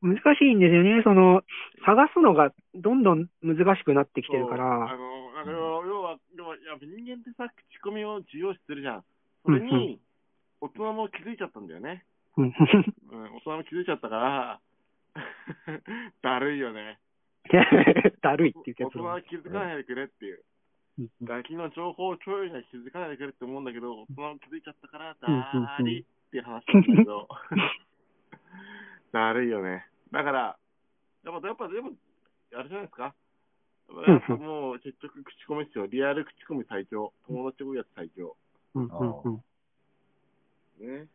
[SPEAKER 1] 難しいんですよね。その、探すのがどんどん難しくなってきてるか
[SPEAKER 2] そうあ
[SPEAKER 1] ら、
[SPEAKER 2] の、なんか要は、要は、やっぱ人間ってさ、口コミを重要視するじゃん。それ
[SPEAKER 1] うんう
[SPEAKER 2] に、大人も気づいちゃったんだよね。
[SPEAKER 1] うん
[SPEAKER 2] うん、大人も気づいちゃったから、 <laughs> だるいよね。
[SPEAKER 1] <laughs> だるいっていう
[SPEAKER 2] 大
[SPEAKER 1] 結
[SPEAKER 2] 人
[SPEAKER 1] 論
[SPEAKER 2] は。気づかないでくれっていう。
[SPEAKER 1] うんうん
[SPEAKER 2] ガキの情報共有には気づかないでくれって思うんだけど、大人も気づいちゃったから、
[SPEAKER 1] うんうんうん
[SPEAKER 2] だーりっていう話なんだけど、 <laughs> だるいよね。だから、やっぱ、やっぱ、でも、あれじゃないですか。やっぱもう、結局、口コミですよ。リアル口コミ最強。友達多いやつ最強。
[SPEAKER 1] うんうんうん
[SPEAKER 2] ね。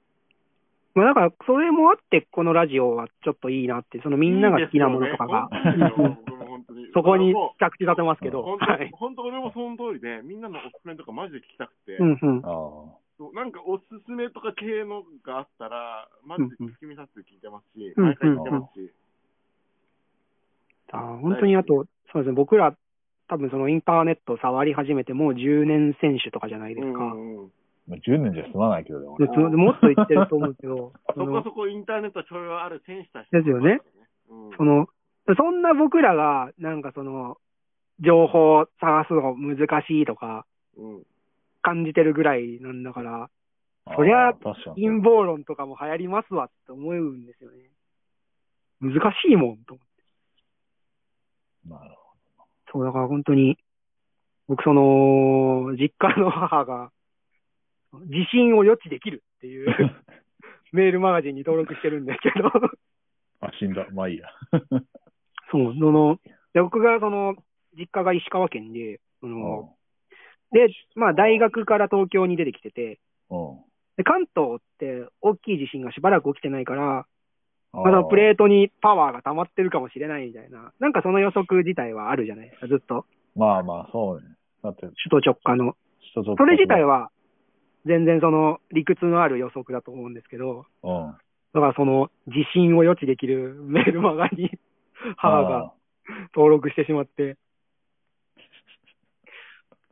[SPEAKER 1] まあだから、それもあって、このラジオはちょっといいなって、そのみんなが好きなものとかが、
[SPEAKER 2] いいですよね本当に僕
[SPEAKER 1] <laughs>
[SPEAKER 2] も本当に
[SPEAKER 1] そこに
[SPEAKER 2] も
[SPEAKER 1] 着地立てますけ
[SPEAKER 2] う
[SPEAKER 1] ど、
[SPEAKER 2] 本
[SPEAKER 1] はい
[SPEAKER 2] 当、。本当俺もその通りで、みんなのおすすめとかマジで聞きたくて。
[SPEAKER 1] うんうん
[SPEAKER 3] あ。あ。
[SPEAKER 2] そうなんかおすすめとか系のがあったら、マジで
[SPEAKER 1] うんうん
[SPEAKER 2] 聞き見させて聞いてますし、
[SPEAKER 1] うんうん
[SPEAKER 2] 毎回聞いてますし、
[SPEAKER 1] あー本当にあと、そうですね、僕ら、多分そのインターネット触り始めてもう10年選手とかじゃないですか。
[SPEAKER 2] うんうん
[SPEAKER 3] まあ10年じゃ済まないけどね、
[SPEAKER 1] で
[SPEAKER 3] 俺。
[SPEAKER 1] つもっと言ってると思うんですけど、
[SPEAKER 2] そ
[SPEAKER 1] <laughs> そ
[SPEAKER 2] こ
[SPEAKER 1] の
[SPEAKER 2] そこインターネット教養ある選手たち
[SPEAKER 1] ですよね。
[SPEAKER 2] うん、
[SPEAKER 1] その、そんな僕らが、なんかその、情報を探すの難しいとか
[SPEAKER 2] うん、
[SPEAKER 1] 感じてるぐらいなんだから、そりゃ
[SPEAKER 3] ああ確かに。
[SPEAKER 1] 陰謀論とかも流行りますわって思うんですよね。難しいもん、と思って。
[SPEAKER 3] なるほ
[SPEAKER 1] そう、だから本当に、僕その、実家の母が、地震を予知できるっていう <laughs> メールマガジンに登録してるんですけど、
[SPEAKER 3] ど。あ、死んだ。 <laughs> まあいいや。
[SPEAKER 1] そう、その、で僕がその、実家が石川県で、その、
[SPEAKER 3] う
[SPEAKER 1] で、まあ大学から東京に出てきてて、
[SPEAKER 3] ん。うん
[SPEAKER 1] で関東って大きい地震がしばらく起きてないから、
[SPEAKER 3] あ
[SPEAKER 1] まだプ
[SPEAKER 3] イ。
[SPEAKER 1] レートにパワーが溜まってるかもしれないみたいな、なんかその予測自体はあるじゃないですか、ずっと。
[SPEAKER 3] まあまあ、そうね。だって、
[SPEAKER 1] 首都直下の。
[SPEAKER 3] 人と。
[SPEAKER 1] それ自体。は、全然その理屈のある予測だと思うんですけど、
[SPEAKER 3] うん。
[SPEAKER 1] だからその地震を予知できる <laughs> メールマガに母が登録してしまって、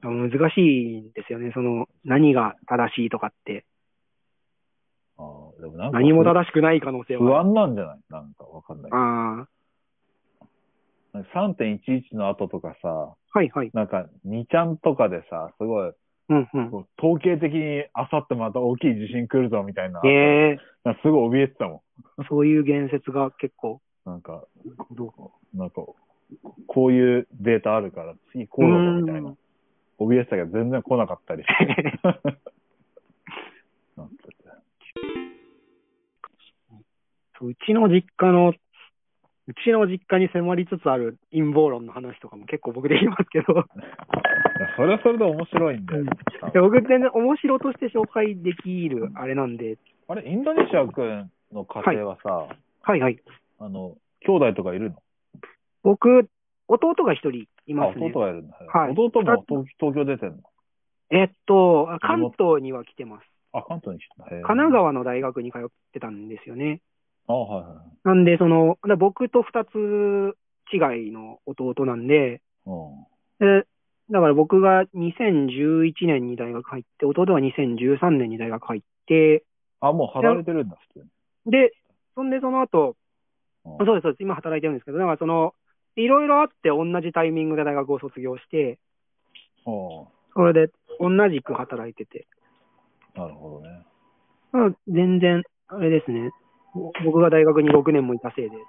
[SPEAKER 1] 難しいんですよね、その何が正しいとかって。
[SPEAKER 3] ああ。ああでもなんか
[SPEAKER 1] 何も正しくない可能性
[SPEAKER 3] 不
[SPEAKER 1] は。
[SPEAKER 3] 安なんじゃないなんかわかんないけ
[SPEAKER 1] ああ、
[SPEAKER 3] ど。3.11の後とかさ、
[SPEAKER 1] はいはい。
[SPEAKER 3] なんか2ちゃんとかでさ、すごい、
[SPEAKER 1] うんうん。
[SPEAKER 3] こう統計的にあさってまた大きい地震来るぞみたいな。
[SPEAKER 1] ええ
[SPEAKER 3] なんかすごい怯えてたも
[SPEAKER 1] そういう言説が結構。
[SPEAKER 3] ん。なんか、なんか、こういうデータあるから次こうだぞみたいな
[SPEAKER 1] う。
[SPEAKER 3] 怯えてたけど全然来なかった
[SPEAKER 1] <laughs>
[SPEAKER 3] りして。なんて
[SPEAKER 1] そううちの実家の、うちの実家に迫りつつある陰謀論の話とかも結構僕できますけど、
[SPEAKER 3] それはそれで面白いんだよ。
[SPEAKER 1] いや僕全然面白として紹介できるあれなんで、
[SPEAKER 3] あれ、インドネシア君の家庭はさ、
[SPEAKER 1] はいはい。
[SPEAKER 3] あの、兄弟とかいるの
[SPEAKER 1] 僕、弟が一人い
[SPEAKER 3] あ、
[SPEAKER 1] ますね
[SPEAKER 3] 弟。がいるんだ。
[SPEAKER 1] はい
[SPEAKER 3] 弟も東東京出てんの
[SPEAKER 1] えっと、関東には来てます。
[SPEAKER 3] あ、関東に来てんだ。神
[SPEAKER 1] 神奈川の大学に通ってたんですよね。
[SPEAKER 3] あ、はいはいはい。
[SPEAKER 1] なんで、その、だ僕と二つ違いの弟なんで、
[SPEAKER 3] うん。
[SPEAKER 1] でだから僕が2011年に大学入って、弟は2013年に大学入って、
[SPEAKER 3] あ、もう離れてるんだ、普通に。
[SPEAKER 1] で、そんでその後、
[SPEAKER 3] うん
[SPEAKER 1] そうです、そうです。今働いてるんですけど、だからその、いろいろあって同じタイミングで大学を卒業して、
[SPEAKER 3] うん
[SPEAKER 1] それで同じく働いてて。
[SPEAKER 3] なるほどね。
[SPEAKER 1] まあ全然、あれですね。ぼ僕が大学に6年もいたせいで、
[SPEAKER 3] うん。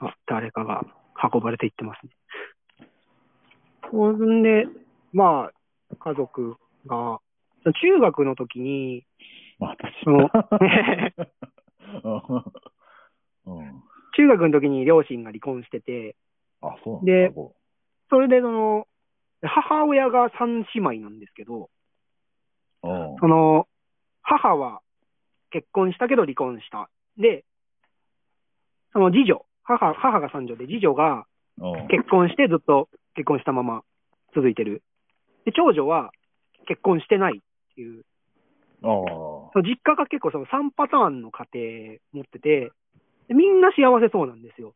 [SPEAKER 1] あ誰かが運ばれていってますね。そんで、まあ、家族が、中学の時に、
[SPEAKER 3] まあ、私
[SPEAKER 1] その
[SPEAKER 3] も。 <laughs> うん。うん
[SPEAKER 1] 中学の時に両親が離婚してて、
[SPEAKER 3] あ、そうなん
[SPEAKER 1] で
[SPEAKER 3] だ。こ
[SPEAKER 1] それでその、母親が3姉妹なんですけど、
[SPEAKER 3] ううん。
[SPEAKER 1] その、母は結婚したけど離婚した。で、その次女、母、母が三女で、次女が
[SPEAKER 3] うん。
[SPEAKER 1] 結婚してずっと結婚したまま続いてる。で、長女は結婚してないっていう、
[SPEAKER 3] ああ。
[SPEAKER 1] その実家が結構その3パターンの家庭持ってて、でみんな幸せそうなんですよ。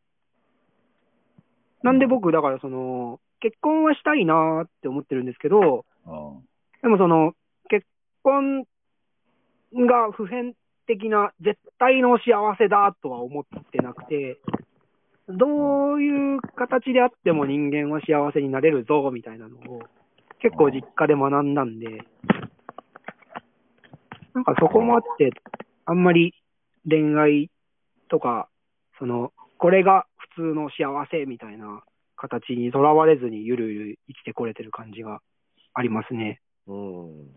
[SPEAKER 1] なんで僕、だからその、結婚はしたいなーって思ってるんですけど、
[SPEAKER 3] うん。
[SPEAKER 1] でもその、結婚が普遍的な絶対の幸せだとは思ってなくて、どういう形であっても人間は幸せになれるぞ、みたいなのを、結構実家で学んだんで、なんかそこもあって、あんまり恋愛とか、その、これが普通の幸せみたいな形にとらわれずにゆるゆる生きてこれてる感じがありますね。 <laughs>
[SPEAKER 2] うん。
[SPEAKER 3] うん。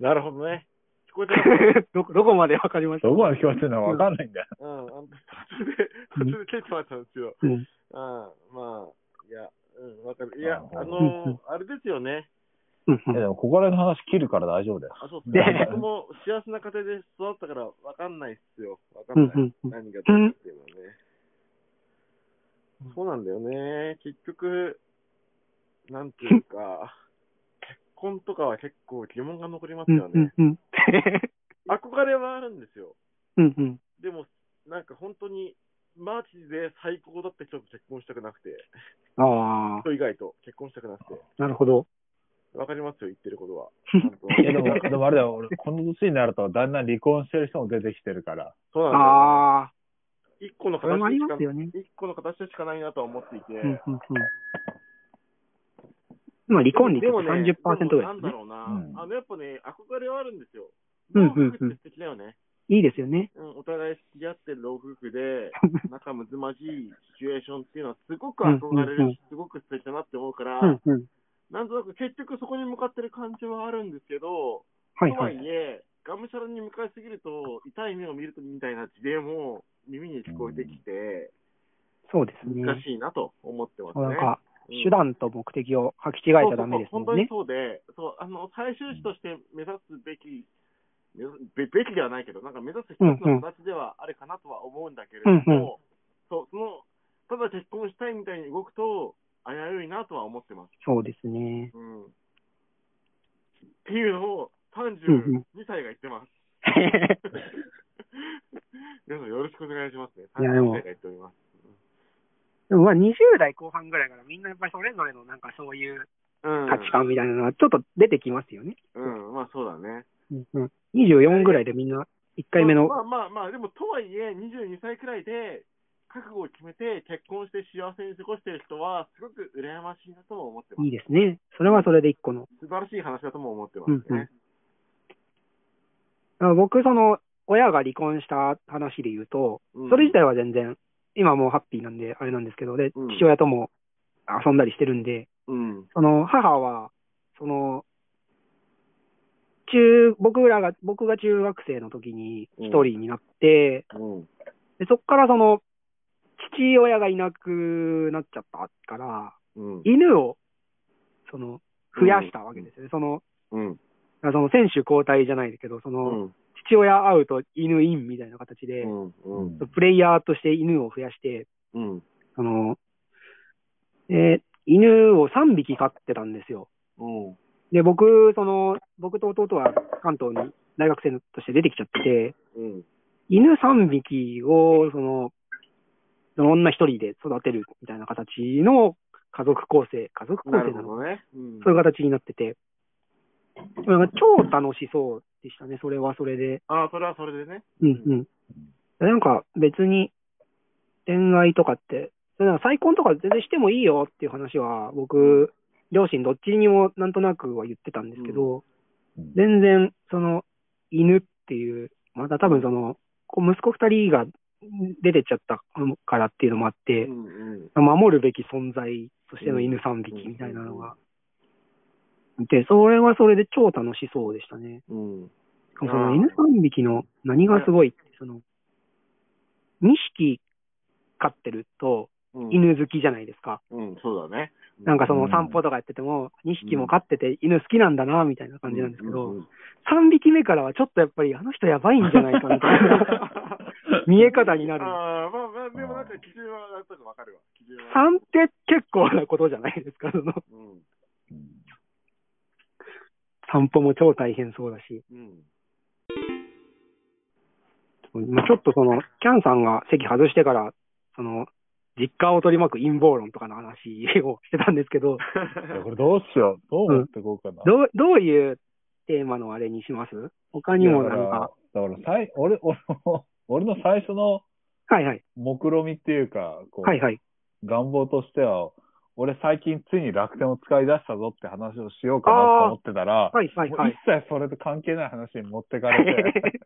[SPEAKER 2] なるほどね。聞こえた
[SPEAKER 1] どこ、どこまでわかりました
[SPEAKER 3] どこまで聞こえてるのかわかんないんだよ。
[SPEAKER 2] うん。あの途中で、途中で切れてまったんですよ。
[SPEAKER 1] うん。
[SPEAKER 2] うん。まあ、いや、うん、わかる。いや、あ
[SPEAKER 1] うんう
[SPEAKER 2] の
[SPEAKER 1] ん
[SPEAKER 2] ー、あれですよね。
[SPEAKER 1] うん
[SPEAKER 3] えでも、ここら辺の話切るから大丈夫だ
[SPEAKER 2] <laughs>
[SPEAKER 3] よ。
[SPEAKER 2] あ、そうっす
[SPEAKER 1] で
[SPEAKER 2] ね。僕も幸せな家庭で育ったからわかんないっすよ。わか
[SPEAKER 1] うんん
[SPEAKER 2] ない。
[SPEAKER 1] うんうん
[SPEAKER 2] 何がどうかっていうのはね。そうなんだよね。結局、なんていう
[SPEAKER 1] <laughs>
[SPEAKER 2] か、結婚とかは結構疑問が残ります
[SPEAKER 1] うん
[SPEAKER 2] よ
[SPEAKER 1] う
[SPEAKER 2] ね
[SPEAKER 1] ん。うん。
[SPEAKER 2] 憧れはあるんですよ。
[SPEAKER 1] うんうん。
[SPEAKER 2] でも、なんか本当に、マジで最高だった人と結婚したくなくて、
[SPEAKER 1] あ
[SPEAKER 2] 人以外と結婚したくなくて、
[SPEAKER 1] あ、なるほど。
[SPEAKER 2] わかりますよ、言ってることは。
[SPEAKER 3] いや、でも、でもあれだよ、俺、この年になると、だんだん離婚してる人も出てきてるから。
[SPEAKER 2] そうなん
[SPEAKER 1] ああ、
[SPEAKER 2] ですよ。一個の
[SPEAKER 1] それ
[SPEAKER 2] 形
[SPEAKER 1] もあ
[SPEAKER 2] で
[SPEAKER 1] り
[SPEAKER 2] し
[SPEAKER 1] ま
[SPEAKER 2] か
[SPEAKER 1] す、よね。
[SPEAKER 2] 一個の形でしかないなとは思っていて、
[SPEAKER 1] うんうんうん。今、離婚率
[SPEAKER 2] でもね、でも
[SPEAKER 1] 30%ぐら
[SPEAKER 2] ないん
[SPEAKER 1] です
[SPEAKER 2] だ
[SPEAKER 1] ね。
[SPEAKER 2] ろうな、
[SPEAKER 3] うん
[SPEAKER 2] あのやっぱね、憧れはあるんですよ。
[SPEAKER 1] うん
[SPEAKER 2] 老夫婦って素敵だよね。
[SPEAKER 1] いいですよね。
[SPEAKER 2] うん、お互い付き合ってる老夫婦で、仲むつまじいシチュエーションっていうのはすごく憧れ
[SPEAKER 1] うんうんう
[SPEAKER 2] る
[SPEAKER 1] ん
[SPEAKER 2] し、すごく素敵だなって思うから、
[SPEAKER 1] うんうん。
[SPEAKER 2] なんとなく結局そこに向かってる感じはあるんですけど、
[SPEAKER 1] はいはい
[SPEAKER 2] とはい。え、がむしゃらに向かいすぎると、痛い目を見るとみたいな事例も耳に聞こえてきて、
[SPEAKER 1] そうですね。
[SPEAKER 2] 難しいなと思ってますね。
[SPEAKER 1] なんか、
[SPEAKER 2] うん
[SPEAKER 1] 手段と目的を履き違えちゃダメです
[SPEAKER 2] そうそうそう本当
[SPEAKER 1] もん
[SPEAKER 2] に
[SPEAKER 1] ね。
[SPEAKER 2] そうで、そうあの最終値として目指すべき、目指べべきではないけど、なんか目指す一つの形ではあるかなとは思うんだけれども、
[SPEAKER 1] うんうん
[SPEAKER 2] そうそのただ結婚したいみたいに動くと、危ういなとは思ってます。
[SPEAKER 1] そうですね。
[SPEAKER 2] うん、っていうのを
[SPEAKER 1] うんう
[SPEAKER 2] 32
[SPEAKER 1] ん
[SPEAKER 2] 歳が言って
[SPEAKER 1] <laughs>
[SPEAKER 2] ます。皆さんよろしくお願いしますね。
[SPEAKER 1] いやで
[SPEAKER 2] 32
[SPEAKER 1] も
[SPEAKER 2] 歳が言っております。
[SPEAKER 1] でもまあ、20代後半ぐらいからみんなやっぱりそれぞれのなんかそういう
[SPEAKER 2] うん、
[SPEAKER 1] 価値観みたいなのはちょっと出てきますよね。
[SPEAKER 2] うん、まあそうだね。
[SPEAKER 1] うんうん。24ぐらいでみんな1回目の
[SPEAKER 2] まあまあまあ、でもとはいえ、22歳くらいで、覚悟を決めて結婚して幸せに過ごしてる人は、すごく羨ましいなとも思ってま
[SPEAKER 1] いいですね。それはそれで一個の。
[SPEAKER 2] す。素晴らしい話だとも思ってますね。
[SPEAKER 1] うんうんあの僕、その、親が離婚した話で言うと、それ自体は全然、今もうハッピーなんで、あれなんですけど、で、
[SPEAKER 2] うん
[SPEAKER 1] 父親とも遊んだりしてるんで、
[SPEAKER 2] うん。
[SPEAKER 1] その、母は、その、中、僕らが、僕が中学生の時に一人になって、
[SPEAKER 2] うん。
[SPEAKER 1] でそっからその、父親がいなくなっちゃったから、
[SPEAKER 2] うん。
[SPEAKER 1] 犬を、その、増やしたわけですよね。その、
[SPEAKER 2] うん。
[SPEAKER 1] その選手交代じゃないけど、その、
[SPEAKER 2] うん。
[SPEAKER 1] 父親アウト、犬インみたいな形で、
[SPEAKER 2] うん、うん、
[SPEAKER 1] プレイヤーとして犬を増やして、
[SPEAKER 2] うん、
[SPEAKER 1] あの、え、犬を3匹飼ってたんですよ。
[SPEAKER 2] うん、
[SPEAKER 1] で、僕、その、僕と弟は関東に大学生として出てきちゃって、
[SPEAKER 2] うん、
[SPEAKER 1] 犬3匹を、その、その女一人で育てるみたいな形の家族構成、家族構
[SPEAKER 2] な
[SPEAKER 1] 成
[SPEAKER 2] る
[SPEAKER 1] なの
[SPEAKER 2] ほどね。うん
[SPEAKER 1] そういう形になってて、なんか超楽しそうでしたね、それはそれで。
[SPEAKER 2] ああ、それはそれでね。
[SPEAKER 1] うんうん。なんか別に恋愛とかって、なんか再婚とか全然してもいいよっていう話は、僕、両親どっちにもなんとなくは言ってたんですけど、
[SPEAKER 3] うん
[SPEAKER 1] 全然その犬っていう、また多分その、こう息子二人が出てっちゃったからっていうのもあって、
[SPEAKER 2] うん、うん。
[SPEAKER 1] 守るべき存在としての犬3匹みたいなのが。で、それはそれで超楽しそうでしたね。
[SPEAKER 2] うん。
[SPEAKER 1] しかもその犬3匹の何がすごいって、その、2匹飼ってると
[SPEAKER 2] うん。
[SPEAKER 1] 犬好きじゃないですか。
[SPEAKER 2] うん、そうだね。
[SPEAKER 1] なんかそ
[SPEAKER 3] うん
[SPEAKER 1] の散歩とかやってても、2匹も飼ってて犬好きなんだな、みたいな感じなんですけ
[SPEAKER 2] う
[SPEAKER 1] ど、
[SPEAKER 2] ん
[SPEAKER 1] 3匹目からはちょっとやっぱりあの人やばいんじゃないかみたい
[SPEAKER 2] <laughs>
[SPEAKER 1] な見え方になる。
[SPEAKER 2] ああ、まあまあ、でもなんか基準はなんとかわかるわ。基準は。
[SPEAKER 1] 3って結構なことじゃないですか、その
[SPEAKER 2] うん。
[SPEAKER 1] 散歩も超大変そうだし。
[SPEAKER 2] うん。
[SPEAKER 1] まあ、ちょっとその、キャンさんが席外してから、その、実家を取り巻く陰謀論とかの話をしてたんですけ
[SPEAKER 3] <laughs>
[SPEAKER 1] ど、
[SPEAKER 3] いやこれどうしよう。どう持ってこうかな。
[SPEAKER 1] どう、どういうテーマのあれにします他にもなんか、
[SPEAKER 3] だから、だから最俺俺の <laughs> 俺の最初の
[SPEAKER 1] はいはい、
[SPEAKER 3] 目論みっていうか、こう
[SPEAKER 1] はいはい。
[SPEAKER 3] 願望としては、俺最近ついに楽天を使い出したぞって話をしようかなと思ってたら、
[SPEAKER 1] はいはい
[SPEAKER 3] も
[SPEAKER 1] は
[SPEAKER 3] う一
[SPEAKER 1] い。
[SPEAKER 3] 切それと関係ない話に持ってか
[SPEAKER 1] <laughs>
[SPEAKER 3] れて、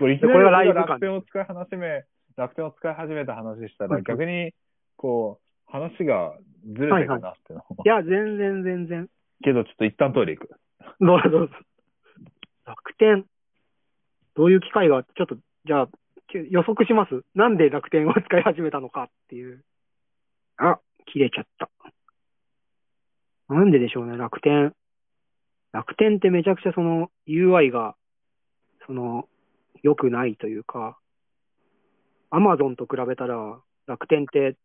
[SPEAKER 3] これいきな
[SPEAKER 1] これがライ
[SPEAKER 3] り
[SPEAKER 1] ブ感
[SPEAKER 3] 楽天を使い始め、楽天を使い始めた話した
[SPEAKER 1] はいは
[SPEAKER 3] ら、
[SPEAKER 1] い
[SPEAKER 3] 逆に、こう、話がずれてるなってのも
[SPEAKER 1] いや、全然全然。
[SPEAKER 3] けど、ちょっと一旦トイレ行く。
[SPEAKER 1] どうぞどうぞ。 <laughs> 楽天。どういう機会があって、ちょっと、じゃあ、き予測します。なんで楽天を使い始めたのかっていう。あ、切れちゃった。なんででしょうね、楽天。楽天ってめちゃくちゃその UI が、その、良くないというか、アマゾンと比べたら、楽天って、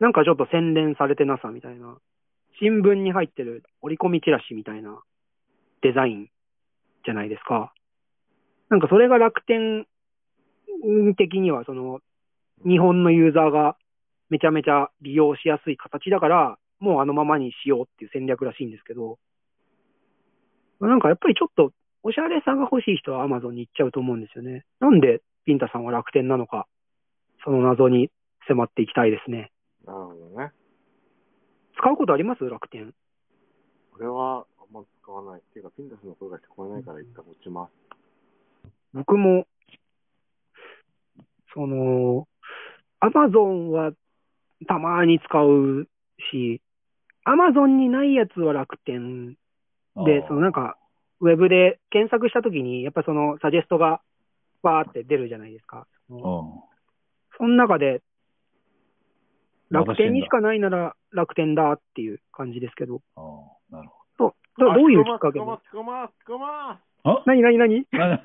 [SPEAKER 1] なんかちょっと洗練されてなさみたいな、新聞に入ってる折り込みチラシみたいなデザインじゃないですか。なんかそれが楽天的には、その、日本のユーザーがめちゃめちゃ利用しやすい形だから、もうあのままにしようっていう戦略らしいんですけど、なんかやっぱりちょっと、おしゃれさが欲しい人は Amazon に行っちゃうと思うんですよね。なんで、ピンタさんは楽天なのか、その謎に迫っていきたいですね。
[SPEAKER 2] <laughs> なるほどね。
[SPEAKER 1] 使うことあります楽天。
[SPEAKER 2] 俺はあんま使わない。っていうか、ピンタスの声が聞こえないから一旦落ちます。
[SPEAKER 1] 僕も、その、アマゾンはたまに使うし、アマゾンにないやつは楽天で、そのなんか、ウェブで検索したときに、やっぱそのサジェストがバーって出るじゃないですか。
[SPEAKER 3] う
[SPEAKER 1] その中で、
[SPEAKER 3] まだ
[SPEAKER 1] 楽天にしかないなら楽天だっていう感じですけど、
[SPEAKER 3] ん。うん。なるほ
[SPEAKER 1] どどどういうきっか
[SPEAKER 2] 聞
[SPEAKER 1] けで
[SPEAKER 2] こえます、聞こえます、
[SPEAKER 3] ど。
[SPEAKER 1] 何何
[SPEAKER 3] <laughs>
[SPEAKER 1] 何
[SPEAKER 3] な、な、な、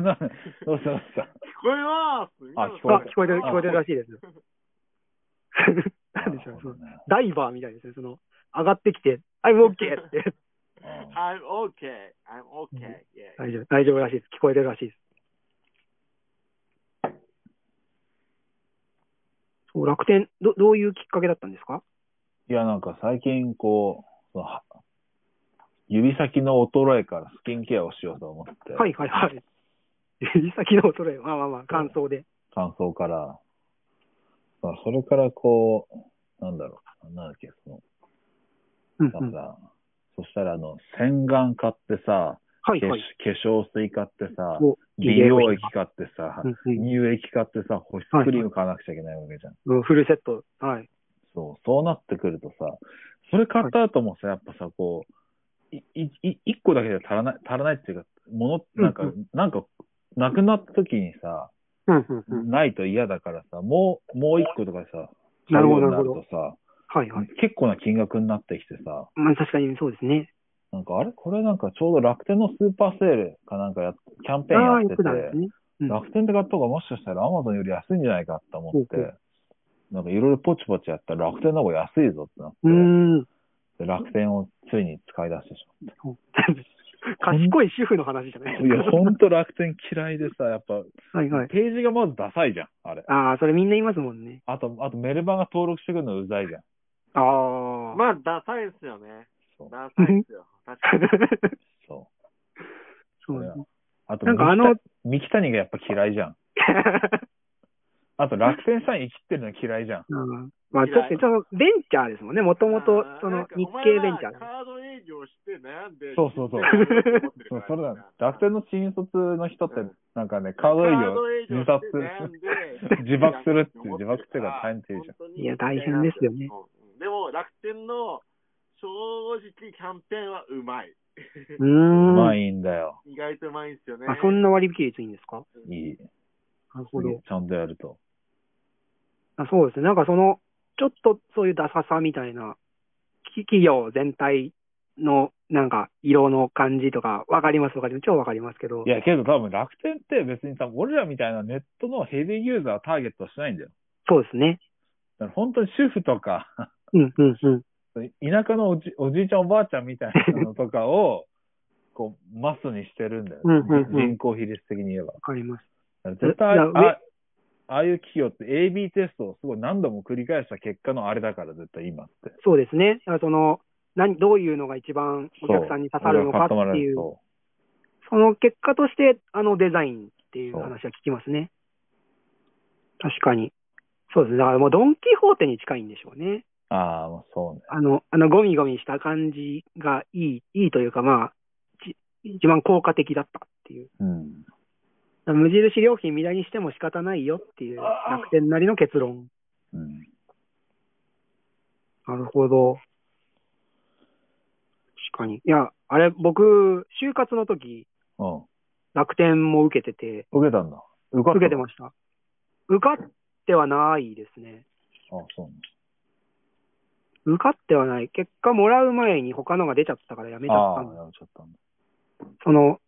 [SPEAKER 3] どうしたどうした
[SPEAKER 2] 聞こえます、聞こえます。
[SPEAKER 3] あ聞
[SPEAKER 1] あ、聞こえてる、
[SPEAKER 3] あ
[SPEAKER 1] 聞こえてるらしいです。なんでしょう、そのダイバーみたいですね。その、上がってきて、I'm OK <laughs> って。
[SPEAKER 2] I'm okay, I'm okay,
[SPEAKER 1] 大丈夫、大丈夫らしいです。聞こえてるらしいです。そう、楽天、ど、どういうきっかけだったんですか
[SPEAKER 3] いや、なんか最近こう、そのは指先の衰えからスキンケアをしようと思って、
[SPEAKER 1] はいはいはい。 <laughs> 指先の恐れ、まあまあまあ、感想で。
[SPEAKER 3] 乾燥から、まあ、それからこう、なんだろう、なんだっけ、その、
[SPEAKER 1] うん
[SPEAKER 3] な
[SPEAKER 1] うんん。
[SPEAKER 3] か、そしたらあの、洗顔買ってさ、
[SPEAKER 1] はい
[SPEAKER 3] 化
[SPEAKER 1] はい。
[SPEAKER 3] 粧化粧水買ってさ、
[SPEAKER 1] お
[SPEAKER 3] 美容液買ってさ、
[SPEAKER 1] うんうん
[SPEAKER 3] 乳液買ってさ、保湿クリーム買わなくちゃいけないわけじゃん。
[SPEAKER 1] うんフルセット。はい。
[SPEAKER 3] そう、そうなってくるとさ、それ買った後もさ、やっぱさ、こう、い、い、い一個だけじゃ足らない、足らないっていうか、もの、なんか、
[SPEAKER 1] うんう
[SPEAKER 3] なんか、なくなった時にさ、
[SPEAKER 1] うんうんうん。
[SPEAKER 3] ないと嫌だからさ、もう、もう一個とかさ、
[SPEAKER 1] なるほど
[SPEAKER 3] 買うようになるとさ、
[SPEAKER 1] はいはい。
[SPEAKER 3] 結構な金額になってきてさ、
[SPEAKER 1] まあ確かにそうですね。
[SPEAKER 3] なんかあれこれなんかちょうど楽天のスーパーセールかなんかやっキャンペーン
[SPEAKER 1] ああ、
[SPEAKER 3] や
[SPEAKER 1] よ
[SPEAKER 3] って
[SPEAKER 1] く、
[SPEAKER 3] て
[SPEAKER 1] なるんですね。うん
[SPEAKER 3] 楽天で買った方がもしかしたら Amazon より安いんじゃないかって思って
[SPEAKER 1] うんうん、
[SPEAKER 3] なんかいろいろポチポチやったら楽天の方が安いぞってなって、
[SPEAKER 1] うーん。
[SPEAKER 3] で楽天をついに使い出してし
[SPEAKER 1] そう <laughs> 賢い主婦の話じゃな
[SPEAKER 3] ま
[SPEAKER 1] い
[SPEAKER 3] った。い <laughs> や、ほんと楽天嫌いでさ、やっぱ、
[SPEAKER 1] はいはい。
[SPEAKER 3] ページがまずダサいじゃん、あれ。
[SPEAKER 1] ああ、それみんな言いますもんね。
[SPEAKER 3] あと、あとメルマガ登録してくるのうざいじゃん。
[SPEAKER 1] ああ。
[SPEAKER 2] まあ、ダサいですよね。
[SPEAKER 3] そう。
[SPEAKER 2] ダサいですよ。確
[SPEAKER 1] <laughs>
[SPEAKER 2] かに。
[SPEAKER 3] そう。
[SPEAKER 1] そう
[SPEAKER 3] こあと、
[SPEAKER 1] なんかあの
[SPEAKER 3] 三木谷三木谷がやっぱ嫌いじゃん。あと、楽天さん生きってるの嫌いじゃん。
[SPEAKER 1] うんまあ、ちょっと、ちょっとベンチャーですもんね。もともと、その、日系ベンチ
[SPEAKER 2] あ
[SPEAKER 1] ャー
[SPEAKER 2] ーなんかお前は。カード営業して悩んで、
[SPEAKER 3] そうそうそうそう、それだ。楽天の新卒の人って
[SPEAKER 2] うん、
[SPEAKER 3] なんかね、カード営業自殺する。
[SPEAKER 2] る
[SPEAKER 3] 自爆するっていう自爆っていうか大変っていうじゃ
[SPEAKER 2] ん
[SPEAKER 3] ん
[SPEAKER 1] いや大変ですよね
[SPEAKER 2] でも、楽天の正直キャンペーンはうまい。
[SPEAKER 1] うー。
[SPEAKER 3] うんまいんだよ。
[SPEAKER 2] 意外とうまいんですよね。
[SPEAKER 1] あ、そんな割引率いいんですか
[SPEAKER 3] い
[SPEAKER 1] な
[SPEAKER 3] い。
[SPEAKER 1] る
[SPEAKER 3] す
[SPEAKER 1] ほど
[SPEAKER 3] げえ。ちゃんとやると。
[SPEAKER 1] あそうですね。なんかその、ちょっとそういうダサさみたいな、き企業全体のなんか色の感じとか、わかりますわかります。超わかりますけど。
[SPEAKER 3] いや、けど多分楽天って別に多分俺らみたいなネットのヘビーユーザーをターゲットはしないんだよ。
[SPEAKER 1] そうですね。
[SPEAKER 3] だから本当に主婦とか、 <laughs>
[SPEAKER 1] うんうんうん。
[SPEAKER 3] 田舎のおじおじいちゃんおばあちゃんみたいなのとかを、 <laughs> こう、マスにしてるんだよ、
[SPEAKER 1] うんうんうん
[SPEAKER 3] 人口比率的に言えば。
[SPEAKER 1] わかります。
[SPEAKER 3] だから絶対
[SPEAKER 1] いや
[SPEAKER 3] あ、あああいう企業って AB テストをすごい何度も繰り返した結果のあれだから、絶対今って。
[SPEAKER 1] そうですね。だからその、何、どういうのが一番お客さんに刺さるのかって
[SPEAKER 3] そう俺が買ってもらえ
[SPEAKER 1] い
[SPEAKER 3] る
[SPEAKER 1] う、そ
[SPEAKER 3] そ
[SPEAKER 1] の結果として、あのデザインっていう話は聞きますね。確かに。そうですね。だからもうドン・キホーテに近いんでしょうね。
[SPEAKER 3] うああ、まあそうね。
[SPEAKER 1] あの、あの、ゴミゴミした感じがいい、いいというか、まあ、じ一番効果的だったっていう。
[SPEAKER 3] うん。
[SPEAKER 1] 無印良品未来にしても仕方ないよっていう、楽天なりの結論。
[SPEAKER 3] うん。
[SPEAKER 1] なるほど。確かに。いや、あれ、僕、就活の時、
[SPEAKER 3] うん。
[SPEAKER 1] 楽天も受けてて、
[SPEAKER 3] 受けたんだ。受かった。
[SPEAKER 1] 受けてました。受かってはないですね。
[SPEAKER 3] ああ、そうね。
[SPEAKER 1] 受かってはない。結果もらう前に他のが出ちゃったからやめちゃ
[SPEAKER 3] あ
[SPEAKER 1] った
[SPEAKER 3] あ、
[SPEAKER 1] んで
[SPEAKER 3] やめちゃったんだ。
[SPEAKER 1] その、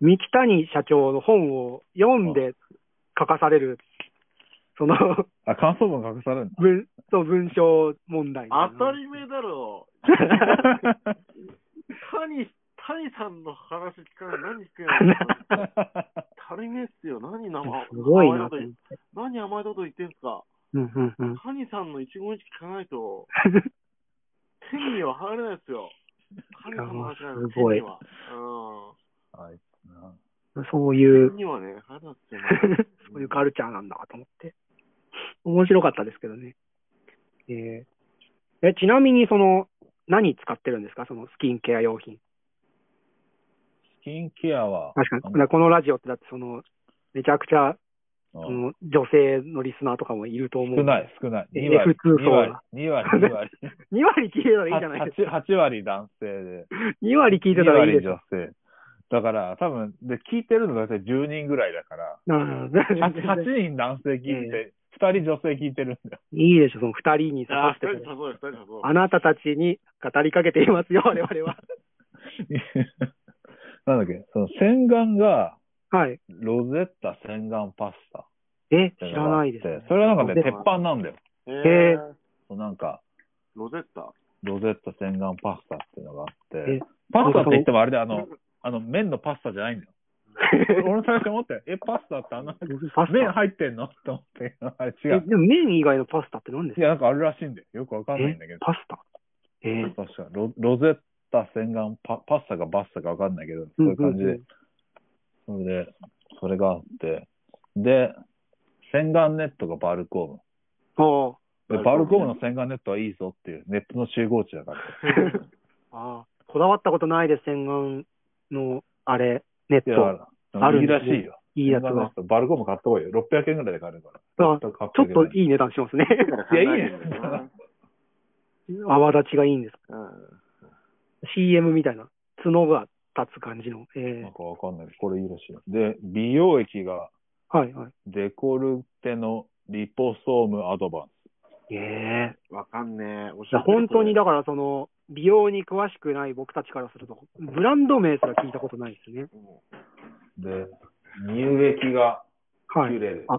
[SPEAKER 1] 三木谷社長の本を読んで書かされる、
[SPEAKER 2] <laughs>
[SPEAKER 1] その
[SPEAKER 3] あ、感想文隠され
[SPEAKER 1] <laughs>
[SPEAKER 3] <laughs> るんだ。
[SPEAKER 1] 文、そう、文章問題みたいな。
[SPEAKER 2] 当たり前だろう。谷、谷さんの話聞かない。何聞く
[SPEAKER 1] <laughs>
[SPEAKER 2] んやろ。当たり前っすよ。何生。
[SPEAKER 1] すごいな
[SPEAKER 2] 甘
[SPEAKER 1] と思っ
[SPEAKER 2] いこと
[SPEAKER 1] て。
[SPEAKER 2] 何甘いこと言ってんすか。
[SPEAKER 1] うんうんうん。 <laughs>
[SPEAKER 2] 谷さんの一言一句聞かないと、手には入れないですよ。谷さんの話なんです
[SPEAKER 1] いやもうすごい
[SPEAKER 2] 手には。
[SPEAKER 3] あいつな。
[SPEAKER 1] そう
[SPEAKER 2] う
[SPEAKER 1] い
[SPEAKER 2] ん。手
[SPEAKER 1] う、
[SPEAKER 2] にはね、入れないですよね。
[SPEAKER 1] そういうカルチャーなんだと思って。面白かったですけどね。えーえ、ちなみにその、何使ってるんですかそのスキンケア用品。
[SPEAKER 3] スキンケアは、
[SPEAKER 1] 確か
[SPEAKER 3] あ
[SPEAKER 1] に。だ
[SPEAKER 3] の
[SPEAKER 1] からこのラジオってだってその、めちゃくちゃ、
[SPEAKER 3] うん
[SPEAKER 1] その女性のリスナーとかもいると思う。
[SPEAKER 3] 少ない、少ない。
[SPEAKER 1] え
[SPEAKER 3] 2割、
[SPEAKER 1] F2 層
[SPEAKER 3] 2割
[SPEAKER 1] だ、
[SPEAKER 3] 2割、2割。
[SPEAKER 1] <laughs> 2割聞いてたらいいじゃないですか。
[SPEAKER 3] 8, 割男性で、
[SPEAKER 1] 2割聞いて
[SPEAKER 3] 2
[SPEAKER 1] たらいい
[SPEAKER 3] 割
[SPEAKER 1] です。
[SPEAKER 3] 女性。だから、多分、で、聞いてるの大体10人ぐらいだから、
[SPEAKER 1] うん
[SPEAKER 3] 8, 人男性聞いて、2人女性聞いてるんだよ。
[SPEAKER 1] <laughs>
[SPEAKER 3] <laughs>
[SPEAKER 1] いいでしょ、その二人に刺
[SPEAKER 2] あ
[SPEAKER 1] さ
[SPEAKER 2] あ、
[SPEAKER 1] っ
[SPEAKER 2] 二
[SPEAKER 1] て
[SPEAKER 2] 人
[SPEAKER 1] く
[SPEAKER 2] 誘
[SPEAKER 1] れ。
[SPEAKER 2] う、二人誘う。
[SPEAKER 1] あなたたちに語りかけていますよ、我々
[SPEAKER 3] <laughs>
[SPEAKER 1] は。
[SPEAKER 3] なんだっけ、その洗顔が、
[SPEAKER 1] はい。
[SPEAKER 3] ロゼッタ洗顔パスタ。
[SPEAKER 1] え、知らないです、
[SPEAKER 3] それはなんかね、
[SPEAKER 1] ロゼ
[SPEAKER 3] 鉄
[SPEAKER 1] ッタ
[SPEAKER 3] 板なんだよ。
[SPEAKER 1] へえ
[SPEAKER 3] そうなんか、
[SPEAKER 2] ロゼッタ。
[SPEAKER 3] ロゼッタ洗顔パスタっていうのがあって
[SPEAKER 1] え、
[SPEAKER 3] パスタって言ってもあれで、あの、あの、麺のパスタじゃないんだよ。 <laughs> 俺の最初思ったよ。え、パスタってあんな、
[SPEAKER 1] <laughs> パス
[SPEAKER 3] 麺
[SPEAKER 1] タ。
[SPEAKER 3] 入ってんのと思って。あれ
[SPEAKER 1] え
[SPEAKER 3] 違う。
[SPEAKER 1] でも麺以外のパスタって何です
[SPEAKER 3] い
[SPEAKER 1] か
[SPEAKER 3] や、なんかあるらしいんで、よくわかんないんだけ
[SPEAKER 1] え
[SPEAKER 3] ど。
[SPEAKER 1] パスタえー
[SPEAKER 3] 確かロロゼッタ洗顔パ、パスタかバスタかわかんないけど、
[SPEAKER 1] う
[SPEAKER 3] そうんいう感じで。それで、それがあって。で、洗顔ネットがバルコ
[SPEAKER 1] あ
[SPEAKER 3] ーム。で
[SPEAKER 2] バ
[SPEAKER 3] バル
[SPEAKER 2] ルコ
[SPEAKER 3] コー
[SPEAKER 2] ー
[SPEAKER 3] ム
[SPEAKER 2] ム
[SPEAKER 3] の洗顔ネットはいいぞっていう、ネットの集合値だから。
[SPEAKER 1] あ、ああ、こだわったことないです、洗顔の、あれ、ネッ
[SPEAKER 3] いや、
[SPEAKER 1] ト。
[SPEAKER 3] あ
[SPEAKER 1] あ
[SPEAKER 3] る
[SPEAKER 1] るん
[SPEAKER 3] いい
[SPEAKER 1] で
[SPEAKER 3] ら
[SPEAKER 1] す
[SPEAKER 3] し
[SPEAKER 1] ね
[SPEAKER 3] いよ。
[SPEAKER 1] いいやつ
[SPEAKER 3] 洗顔ネ
[SPEAKER 1] が
[SPEAKER 3] ッ。トバルコーム買った方がいいよ。600円ぐらいで買えるから。
[SPEAKER 1] あ
[SPEAKER 3] ちょっと
[SPEAKER 1] ちょっと
[SPEAKER 3] い
[SPEAKER 1] いい値段します
[SPEAKER 3] <laughs>
[SPEAKER 1] ね。
[SPEAKER 3] <laughs>
[SPEAKER 1] <laughs>
[SPEAKER 3] いやいいね
[SPEAKER 1] 泡立ちがいいんです。
[SPEAKER 2] うん。
[SPEAKER 1] CM みたいな。角が立つ感じの。え
[SPEAKER 3] な
[SPEAKER 1] ー
[SPEAKER 3] んかわかんないけど、これいいらしいよ。で、美容液が、
[SPEAKER 1] はいはい。
[SPEAKER 3] デコルテのリポソームアドバン
[SPEAKER 1] ええ
[SPEAKER 2] わかんねえ。おし
[SPEAKER 1] いや本当に、だからその、美容に詳しくない僕たちからすると、ブランド名すら聞いたことないですね。
[SPEAKER 3] で、乳液がキ
[SPEAKER 1] は
[SPEAKER 3] ュ
[SPEAKER 1] い。
[SPEAKER 3] レル。
[SPEAKER 1] あ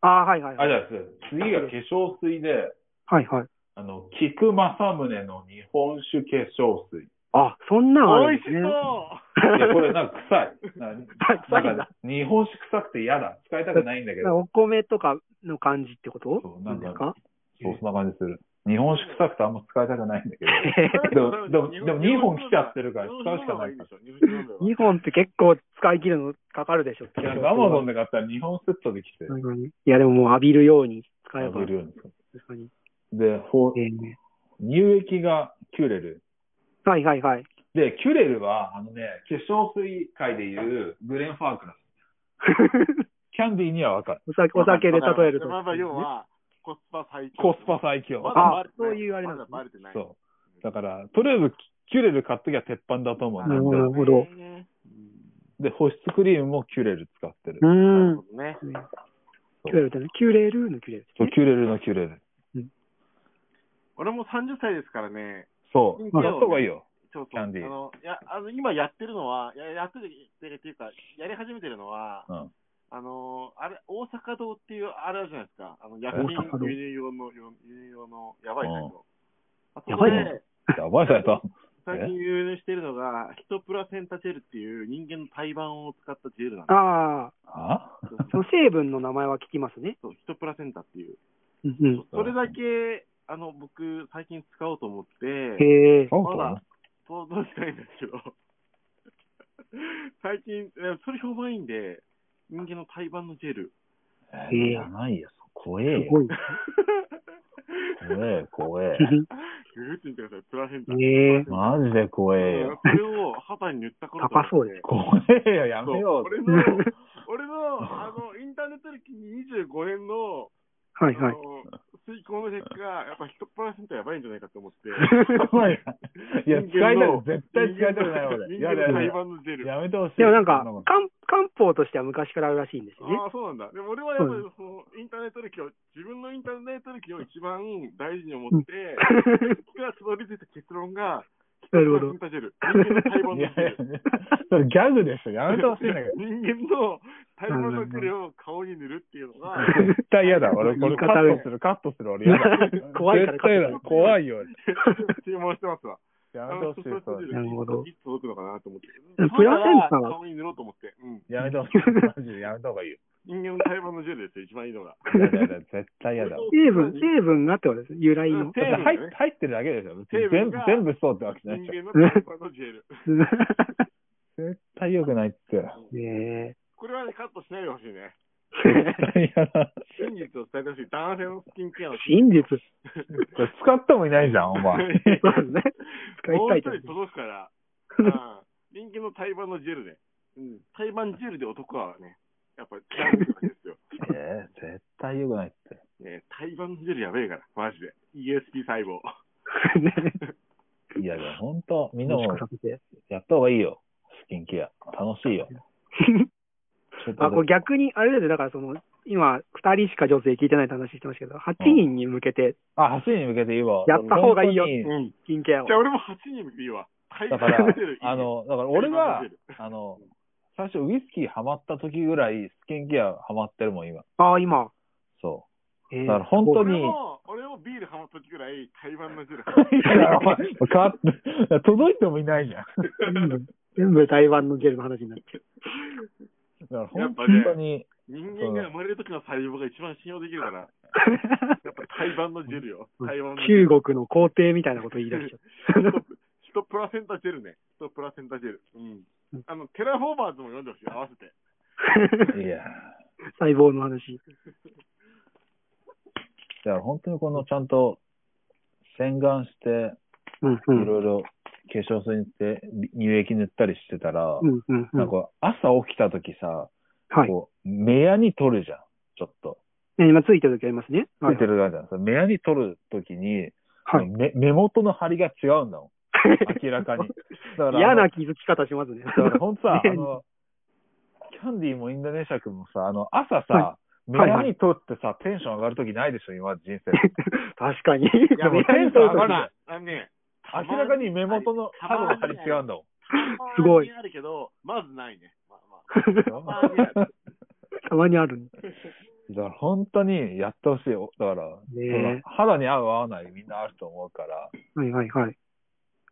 [SPEAKER 1] あーはいはい
[SPEAKER 3] あ、
[SPEAKER 1] はい。
[SPEAKER 3] じゃあ次が化粧水で、
[SPEAKER 1] はいはい。
[SPEAKER 3] あの、菊正宗の日本酒化粧水。
[SPEAKER 1] あ、そんなんあ
[SPEAKER 2] 美味し
[SPEAKER 1] るんですね。
[SPEAKER 2] そ
[SPEAKER 3] いや、
[SPEAKER 2] <laughs>
[SPEAKER 3] これなんか臭い。な
[SPEAKER 1] 臭い
[SPEAKER 3] なんん
[SPEAKER 1] だ
[SPEAKER 3] か日本酒臭くて嫌だ。使いたくないんだけど。
[SPEAKER 1] お米とかの感じってこと
[SPEAKER 3] そう
[SPEAKER 1] な
[SPEAKER 3] なんん
[SPEAKER 1] で
[SPEAKER 3] か
[SPEAKER 1] すか
[SPEAKER 3] そう、そんな感じする。日本酒臭くてあんま使いたくないんだけど。
[SPEAKER 2] う。
[SPEAKER 3] でもでもでも二本来ちゃってるから使うしかないから
[SPEAKER 1] <laughs> 2本って結構使い切るのかかるでしょ。
[SPEAKER 3] いやアマゾンで買ったら日本セットで来て、
[SPEAKER 1] 確かにいや、でももう浴びるように使えば。
[SPEAKER 3] 食べるようにする
[SPEAKER 1] 確かに。
[SPEAKER 3] で、ほう
[SPEAKER 1] えーね
[SPEAKER 3] 乳液がキュレル。
[SPEAKER 1] はいはいはい。 <laughs>
[SPEAKER 3] で、キュレルは、あのね、化粧水界でいうグレン・ファークラス。キャンディーにはわかる。
[SPEAKER 1] お酒お酒で例えると。
[SPEAKER 2] まあまあ、要は、コスパ最強。
[SPEAKER 3] コスパ最強。
[SPEAKER 2] まだ
[SPEAKER 1] あ
[SPEAKER 2] バレてな
[SPEAKER 1] そういうあれな
[SPEAKER 2] まだ
[SPEAKER 1] んですね
[SPEAKER 2] バレてない。
[SPEAKER 3] そう。だから、とりあえずキュレル買っときゃ鉄板だと思う
[SPEAKER 1] なるほど
[SPEAKER 3] ん
[SPEAKER 1] なるほど
[SPEAKER 2] ね
[SPEAKER 3] で。で、保湿クリームもキュレル使ってる
[SPEAKER 1] う。
[SPEAKER 2] なる
[SPEAKER 1] ん
[SPEAKER 2] ほ。どね。
[SPEAKER 1] キュレルってね。キュレルのキュレルです
[SPEAKER 3] そう
[SPEAKER 1] ね。
[SPEAKER 3] キュレルのキュレル。
[SPEAKER 2] 俺も30歳ですからね。
[SPEAKER 3] そう。
[SPEAKER 2] まあ
[SPEAKER 3] やった方がいいよ。
[SPEAKER 2] ちょっと、
[SPEAKER 3] キャンディー
[SPEAKER 2] あの、いや、あの、今やってるのは、ややってるっていうか、やり始めてるのは、
[SPEAKER 3] うん。
[SPEAKER 2] あの、あれ、大阪堂っていう、あれあるじゃないですか。あの、薬
[SPEAKER 1] 大阪堂
[SPEAKER 2] 品輸入用の、輸入用の、やばいサイト。あそ
[SPEAKER 1] や
[SPEAKER 2] こ
[SPEAKER 1] ばい
[SPEAKER 2] で
[SPEAKER 1] ね
[SPEAKER 3] やばいされた。
[SPEAKER 2] 最近輸入してるのが、ヒトプラセンタジェルっていう人間の胎盤を使ったジェルなんです
[SPEAKER 1] ああ、
[SPEAKER 3] あ
[SPEAKER 2] けど
[SPEAKER 1] その成分の名前は聞きますね。
[SPEAKER 2] そう、ヒトプラセンタっていう。
[SPEAKER 1] うんうん。
[SPEAKER 2] それだけ、あの、僕、最近使おうと思って、
[SPEAKER 1] へえ。
[SPEAKER 3] そう
[SPEAKER 2] ま
[SPEAKER 3] か
[SPEAKER 2] だ想像してないんですけど、 <laughs> 最近、えそれ評判いいんで、人間の胎盤のジェル。
[SPEAKER 3] な
[SPEAKER 1] えー
[SPEAKER 3] いやないよ。怖え
[SPEAKER 1] す
[SPEAKER 3] よ。
[SPEAKER 1] ご
[SPEAKER 3] <laughs>
[SPEAKER 1] い。
[SPEAKER 3] 怖え、
[SPEAKER 1] <laughs>
[SPEAKER 3] 怖え。
[SPEAKER 2] ググってみてください、プラセンタ。
[SPEAKER 1] へえ。
[SPEAKER 3] マジで怖え
[SPEAKER 2] うん
[SPEAKER 3] よ。
[SPEAKER 2] それを肌に塗った頃。
[SPEAKER 1] 高そうです
[SPEAKER 3] 怖えよ、や
[SPEAKER 2] そう
[SPEAKER 3] めよ
[SPEAKER 1] <laughs>
[SPEAKER 2] 俺の、俺の、あの、インターネット歴25年の、
[SPEAKER 1] はいは
[SPEAKER 2] あ。の
[SPEAKER 1] い
[SPEAKER 2] 推敲の結果、やっぱヒトプラセンタやばいんじゃないかと思
[SPEAKER 3] <laughs>
[SPEAKER 2] って。
[SPEAKER 3] う。いや、使いた
[SPEAKER 2] 人間の
[SPEAKER 3] くない。絶対使いたくない、俺。
[SPEAKER 2] 人
[SPEAKER 3] や
[SPEAKER 2] 間
[SPEAKER 3] だ
[SPEAKER 2] の胎
[SPEAKER 3] や
[SPEAKER 2] 盤のジェル
[SPEAKER 3] だ。。やめてほしい。
[SPEAKER 1] でもなんか
[SPEAKER 3] そも、
[SPEAKER 1] 漢漢方としては昔からあるらしいんですよね。
[SPEAKER 2] ああ、そうなんだ。でも俺はやっぱり
[SPEAKER 1] う
[SPEAKER 2] そのインターネット歴を、自分のインターネット歴を一番大事に思って、
[SPEAKER 3] <laughs>
[SPEAKER 2] 僕がたどり着いた結論が、
[SPEAKER 1] なるほ
[SPEAKER 2] ヒ
[SPEAKER 1] ど。
[SPEAKER 2] トプラセンタジェル。人間の胎盤
[SPEAKER 3] い
[SPEAKER 2] の
[SPEAKER 3] やい
[SPEAKER 2] ジェ
[SPEAKER 3] や
[SPEAKER 2] ル。、
[SPEAKER 3] それギャグでしょ。やめてほしいんだけど。
[SPEAKER 2] 人間の胎盤のジェルを顔に塗るっていうのが、
[SPEAKER 3] 絶対嫌だ。俺、これカットする、カットする、俺嫌だ。
[SPEAKER 1] 怖いから
[SPEAKER 3] 絶対嫌だ。怖いよ、俺。
[SPEAKER 2] 注文してますわ。
[SPEAKER 3] や
[SPEAKER 2] あ
[SPEAKER 3] め
[SPEAKER 2] の
[SPEAKER 3] てほしい
[SPEAKER 2] ヒト、プ
[SPEAKER 3] そ
[SPEAKER 2] ラセン
[SPEAKER 3] れ。
[SPEAKER 2] タジェル
[SPEAKER 1] なるほど
[SPEAKER 2] いつ届くのかなと思って。
[SPEAKER 1] プラセンタは
[SPEAKER 2] 顔に塗ろうと思って。うん。
[SPEAKER 3] やめてほしい。マジでやめた方がいいよ。
[SPEAKER 2] 人間の胎盤のジェルですよ、一番いいのが。
[SPEAKER 3] いやだやだ、絶対嫌だ。
[SPEAKER 1] 成分、成分がってことですね。由来
[SPEAKER 2] うん。
[SPEAKER 1] の
[SPEAKER 3] だって入っ入ってるだけでしょ。
[SPEAKER 2] 成分
[SPEAKER 3] 全部
[SPEAKER 2] が、
[SPEAKER 3] 全部そうってわけじ
[SPEAKER 2] 人
[SPEAKER 3] ゃないでしょ。
[SPEAKER 2] 間の胎盤のジェル。
[SPEAKER 1] <laughs>
[SPEAKER 3] 絶対良くないって。
[SPEAKER 1] ねえ。
[SPEAKER 2] これはね、カットしないでほしいね。
[SPEAKER 3] 絶対嫌だ。
[SPEAKER 2] 真実を伝えてほしい。男性のスキンケアの
[SPEAKER 1] 真実。
[SPEAKER 3] これ使ってもいないじゃん、お
[SPEAKER 2] <laughs>
[SPEAKER 3] 前。
[SPEAKER 1] そうですね。使い
[SPEAKER 2] もう
[SPEAKER 1] た
[SPEAKER 2] 一
[SPEAKER 1] いと
[SPEAKER 2] 人
[SPEAKER 1] 思い
[SPEAKER 2] 届
[SPEAKER 1] ます。
[SPEAKER 2] くから。うん。人間の胎盤のジェルね。うん。胎盤ジェルで男はね、やっぱ違うんですよ。
[SPEAKER 3] えー、絶対良くないって。
[SPEAKER 2] ね、胎盤のジェルやべえから、マジで。ESP 細胞。
[SPEAKER 1] ね。
[SPEAKER 3] いや、でも本当、みんな
[SPEAKER 1] 楽し
[SPEAKER 3] も
[SPEAKER 1] くさせて。
[SPEAKER 3] やった方がいいよ。スキンケア。楽しいよ。ちょっ
[SPEAKER 1] <laughs>
[SPEAKER 3] と
[SPEAKER 1] あ、これ逆に、あれですねだからその、今、二人しか女性聞いてないって話してましたけど、八人に向けて、
[SPEAKER 3] あ、走りに向けて言えば。
[SPEAKER 1] やった方がいいよ
[SPEAKER 3] 本当に
[SPEAKER 2] ん。
[SPEAKER 1] スキンケアを
[SPEAKER 2] じゃ。あ俺も8人見ていいわ。胎
[SPEAKER 3] だ
[SPEAKER 2] 盤
[SPEAKER 3] から
[SPEAKER 2] <laughs> のジェルいい、ね。
[SPEAKER 3] あの、だから俺は
[SPEAKER 2] 胎盤のジェル、
[SPEAKER 3] あの、最初ウイスキーハマった時ぐらいスキンケアハマってるもん、今。
[SPEAKER 1] ああ、今。
[SPEAKER 3] そ
[SPEAKER 1] えー
[SPEAKER 3] だから本当に
[SPEAKER 2] 俺も、俺もビールハマった時ぐらい、胎盤のジェルハ
[SPEAKER 3] <laughs> う
[SPEAKER 2] マっ。た。
[SPEAKER 3] いや、お前買っ届いてもいないじゃん。
[SPEAKER 1] 全部全部台湾のジェルの話になってる。
[SPEAKER 3] <laughs> だから
[SPEAKER 2] やっ
[SPEAKER 3] 本
[SPEAKER 2] ぱね
[SPEAKER 3] 当に、
[SPEAKER 2] 人間が生まれる時の細胞が一番信用できるから、やっぱ <laughs> 胎盤のジェルよ。胎盤のジェル。
[SPEAKER 1] 中国の皇帝みたいなこと言い出しちゃった。
[SPEAKER 2] <laughs> ヒトプラセンタジェルね。ヒトプラセンタジェル。うん。あの、テラフォーマーズも読んでほしい、合わせて。
[SPEAKER 3] いや、
[SPEAKER 1] <laughs> 細胞の話。
[SPEAKER 3] だから本当にこのちゃんと洗顔して、
[SPEAKER 1] うんう
[SPEAKER 3] い
[SPEAKER 1] ん。
[SPEAKER 3] ろいろ化粧水塗って、乳液塗ったりしてたら、
[SPEAKER 1] うんうんう
[SPEAKER 3] なん
[SPEAKER 1] ん。
[SPEAKER 3] か朝起きた時さ、
[SPEAKER 1] はい。
[SPEAKER 3] こう、目やに取るじゃん、ちょっと。
[SPEAKER 1] ね今ついてる時ありますね。
[SPEAKER 3] ついてるじゃん。その目やに取る時に、
[SPEAKER 1] <laughs> はい。
[SPEAKER 3] 目、目元の張りが違うんだもん。明らかに。だから
[SPEAKER 1] <laughs> 嫌
[SPEAKER 3] あの
[SPEAKER 1] な気づき方しますね。
[SPEAKER 3] だからほんとさ、
[SPEAKER 1] 目
[SPEAKER 3] あ
[SPEAKER 1] に
[SPEAKER 3] の、キャンディーもインドネシア君もさ、あの、朝
[SPEAKER 1] は
[SPEAKER 3] さ、目やに取ってさ、テンション上がる時ないでしょ、今まで人生で。
[SPEAKER 1] <laughs> 確かに。
[SPEAKER 2] いや、もう
[SPEAKER 1] 目
[SPEAKER 2] テ
[SPEAKER 1] に
[SPEAKER 2] ンション
[SPEAKER 1] 取る
[SPEAKER 2] 上がらない。あのね、
[SPEAKER 3] 明らかに目元の
[SPEAKER 2] た
[SPEAKER 3] 歯の
[SPEAKER 2] まに
[SPEAKER 3] 張り違うんだも
[SPEAKER 1] すごい
[SPEAKER 2] たまにあるけど、まずないね。まあまあ。
[SPEAKER 3] ん。
[SPEAKER 2] たまにある
[SPEAKER 1] <laughs> たまにあるん
[SPEAKER 3] だから本当にやってほしいよ。だから、
[SPEAKER 1] ね
[SPEAKER 3] 肌に合う合わないみんなあると思うから。
[SPEAKER 1] はいはいはい。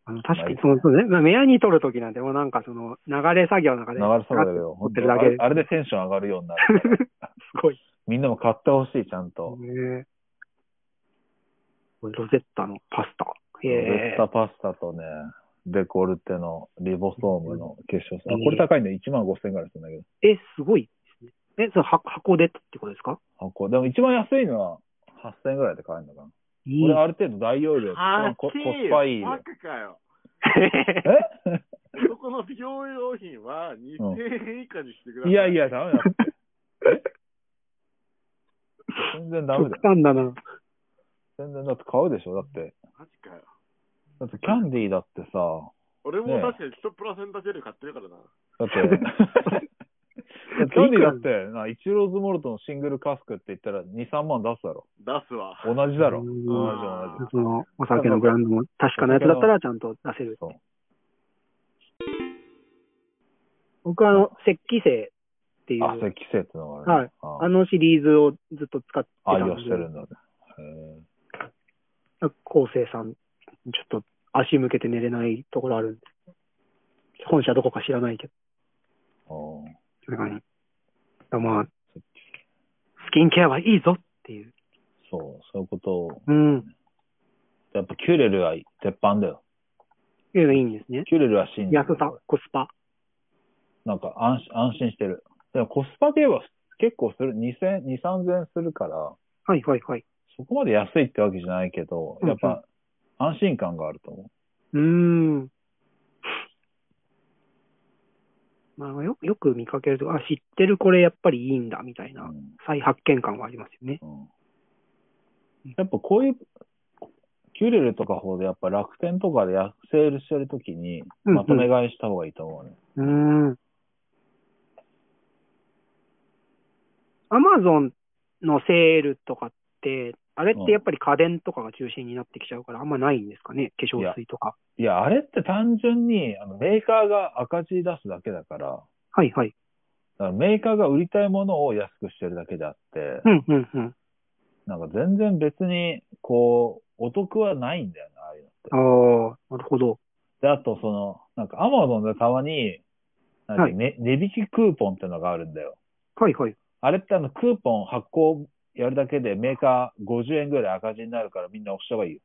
[SPEAKER 1] あの、確かに、その、そうね、まあ、目やに取るときなんて、もうなんかその、流れ作業の中で、
[SPEAKER 3] 流れそうだけど、
[SPEAKER 1] 撮
[SPEAKER 3] 本
[SPEAKER 1] っ
[SPEAKER 3] 当
[SPEAKER 1] て
[SPEAKER 3] に
[SPEAKER 1] るだ
[SPEAKER 3] あ
[SPEAKER 1] け
[SPEAKER 3] れ
[SPEAKER 1] で。
[SPEAKER 3] あれでテンション上がるようになるから。
[SPEAKER 1] <laughs> すごい。
[SPEAKER 3] みんなも買ってほしい、ちゃんと。
[SPEAKER 1] ねこれロゼッタのパスタ。へ
[SPEAKER 3] ベ
[SPEAKER 1] え
[SPEAKER 3] ス。タパスタとね、デコルテのリボソームの結晶さ。あ、これ高いんで1万5千円ぐらいするんだけど。
[SPEAKER 1] え、すごいですね。え、その箱箱でってことですか
[SPEAKER 3] 箱。でも一番安いのは8千円ぐらいで買えるのかな。
[SPEAKER 1] いい
[SPEAKER 3] こ
[SPEAKER 1] <laughs>
[SPEAKER 3] れある程度大容量、
[SPEAKER 2] あー
[SPEAKER 3] ココ
[SPEAKER 2] きー
[SPEAKER 3] スパいいよ
[SPEAKER 2] バカかよ。
[SPEAKER 3] え <laughs>
[SPEAKER 2] そこの美容用品は2000円以下にしてください。
[SPEAKER 3] いやいや、ダメだって。全然ダメだ
[SPEAKER 1] 極
[SPEAKER 3] よ。
[SPEAKER 1] 端だな。
[SPEAKER 3] 全然だって買うでしょだって。
[SPEAKER 2] マジかよ。
[SPEAKER 3] だってキャンディーだってさ、
[SPEAKER 2] 俺
[SPEAKER 3] ね
[SPEAKER 2] も
[SPEAKER 3] え
[SPEAKER 2] 確かに1プラセンタジェル買ってるからな。
[SPEAKER 3] だ
[SPEAKER 1] <laughs>
[SPEAKER 3] って、キャンディーだって、な、イチローズモルトのシングルカスクって言ったら2、3万出すだろ。
[SPEAKER 2] 出すわ。
[SPEAKER 3] 同じだろ。
[SPEAKER 1] う
[SPEAKER 3] 同
[SPEAKER 1] ん
[SPEAKER 3] じ同じ。
[SPEAKER 1] その、お酒のブランドも確かなやつだったらちゃんと出せる。
[SPEAKER 3] そう。
[SPEAKER 1] 僕はあの、石器製っていう、
[SPEAKER 3] あ、そう、季節のがあるね。
[SPEAKER 1] あのシリーズをずっと使って
[SPEAKER 3] あ
[SPEAKER 1] た
[SPEAKER 3] 愛
[SPEAKER 1] ん
[SPEAKER 3] 用して
[SPEAKER 1] で
[SPEAKER 3] るんだね。へ
[SPEAKER 1] 昴生さん、ちょっと足向けて寝れないところあるんで、本社どこか知らないけど、
[SPEAKER 3] え。おー
[SPEAKER 1] それがねまあ、スキンケアはいいぞっていう。
[SPEAKER 3] そう、そういうことを。
[SPEAKER 1] うん。
[SPEAKER 3] やっぱキュレルは鉄板だよ。
[SPEAKER 1] いうのいいんですね。
[SPEAKER 3] キュレルは真実。
[SPEAKER 1] 安さ、コスパ。
[SPEAKER 3] なんか安心安心してる。でもコスパで言えば結構する。2000、2、3000円するから、
[SPEAKER 1] はいはいはい。
[SPEAKER 3] そこまで安いってわけじゃないけど、やっ
[SPEAKER 1] うんうん
[SPEAKER 3] ぱ安心感があると思う。、
[SPEAKER 1] うーん。まあ、よくよく見かけると、あ、知ってるこれやっぱりいいんだ、みたいうなん再発見感はありますよね。
[SPEAKER 3] うんやっぱこういう、キュレルとかほどやっぱ楽天とかでやセールしてるときに、
[SPEAKER 1] うんうん
[SPEAKER 3] まとめ買いした方がいいと思うね。
[SPEAKER 1] うーん。アマゾンのセールとかって、あれってやっぱり家電とかが中心になってきちゃうから、あんまないんですかね、化粧水とか。
[SPEAKER 3] いや、あれって単純にあのメーカーが赤字出すだけだから、だか
[SPEAKER 1] はいはい。
[SPEAKER 3] らメーカーが売りたいものを安くしてるだけであって
[SPEAKER 1] う、んうんうん。
[SPEAKER 3] なんか全然別に、こう、お得はないんだよな、ああいうのって。
[SPEAKER 1] ああ、なるほど。
[SPEAKER 3] で、あと、その、なんかアマゾンでたまに、なんか
[SPEAKER 1] はい
[SPEAKER 3] ね、値引きクーポンってのがあるんだよ。
[SPEAKER 1] はいはい。 <laughs>
[SPEAKER 3] あれってあの、クーポン発行やるだけでメーカー50円ぐらい赤字になるからみんな押した方がいいよ。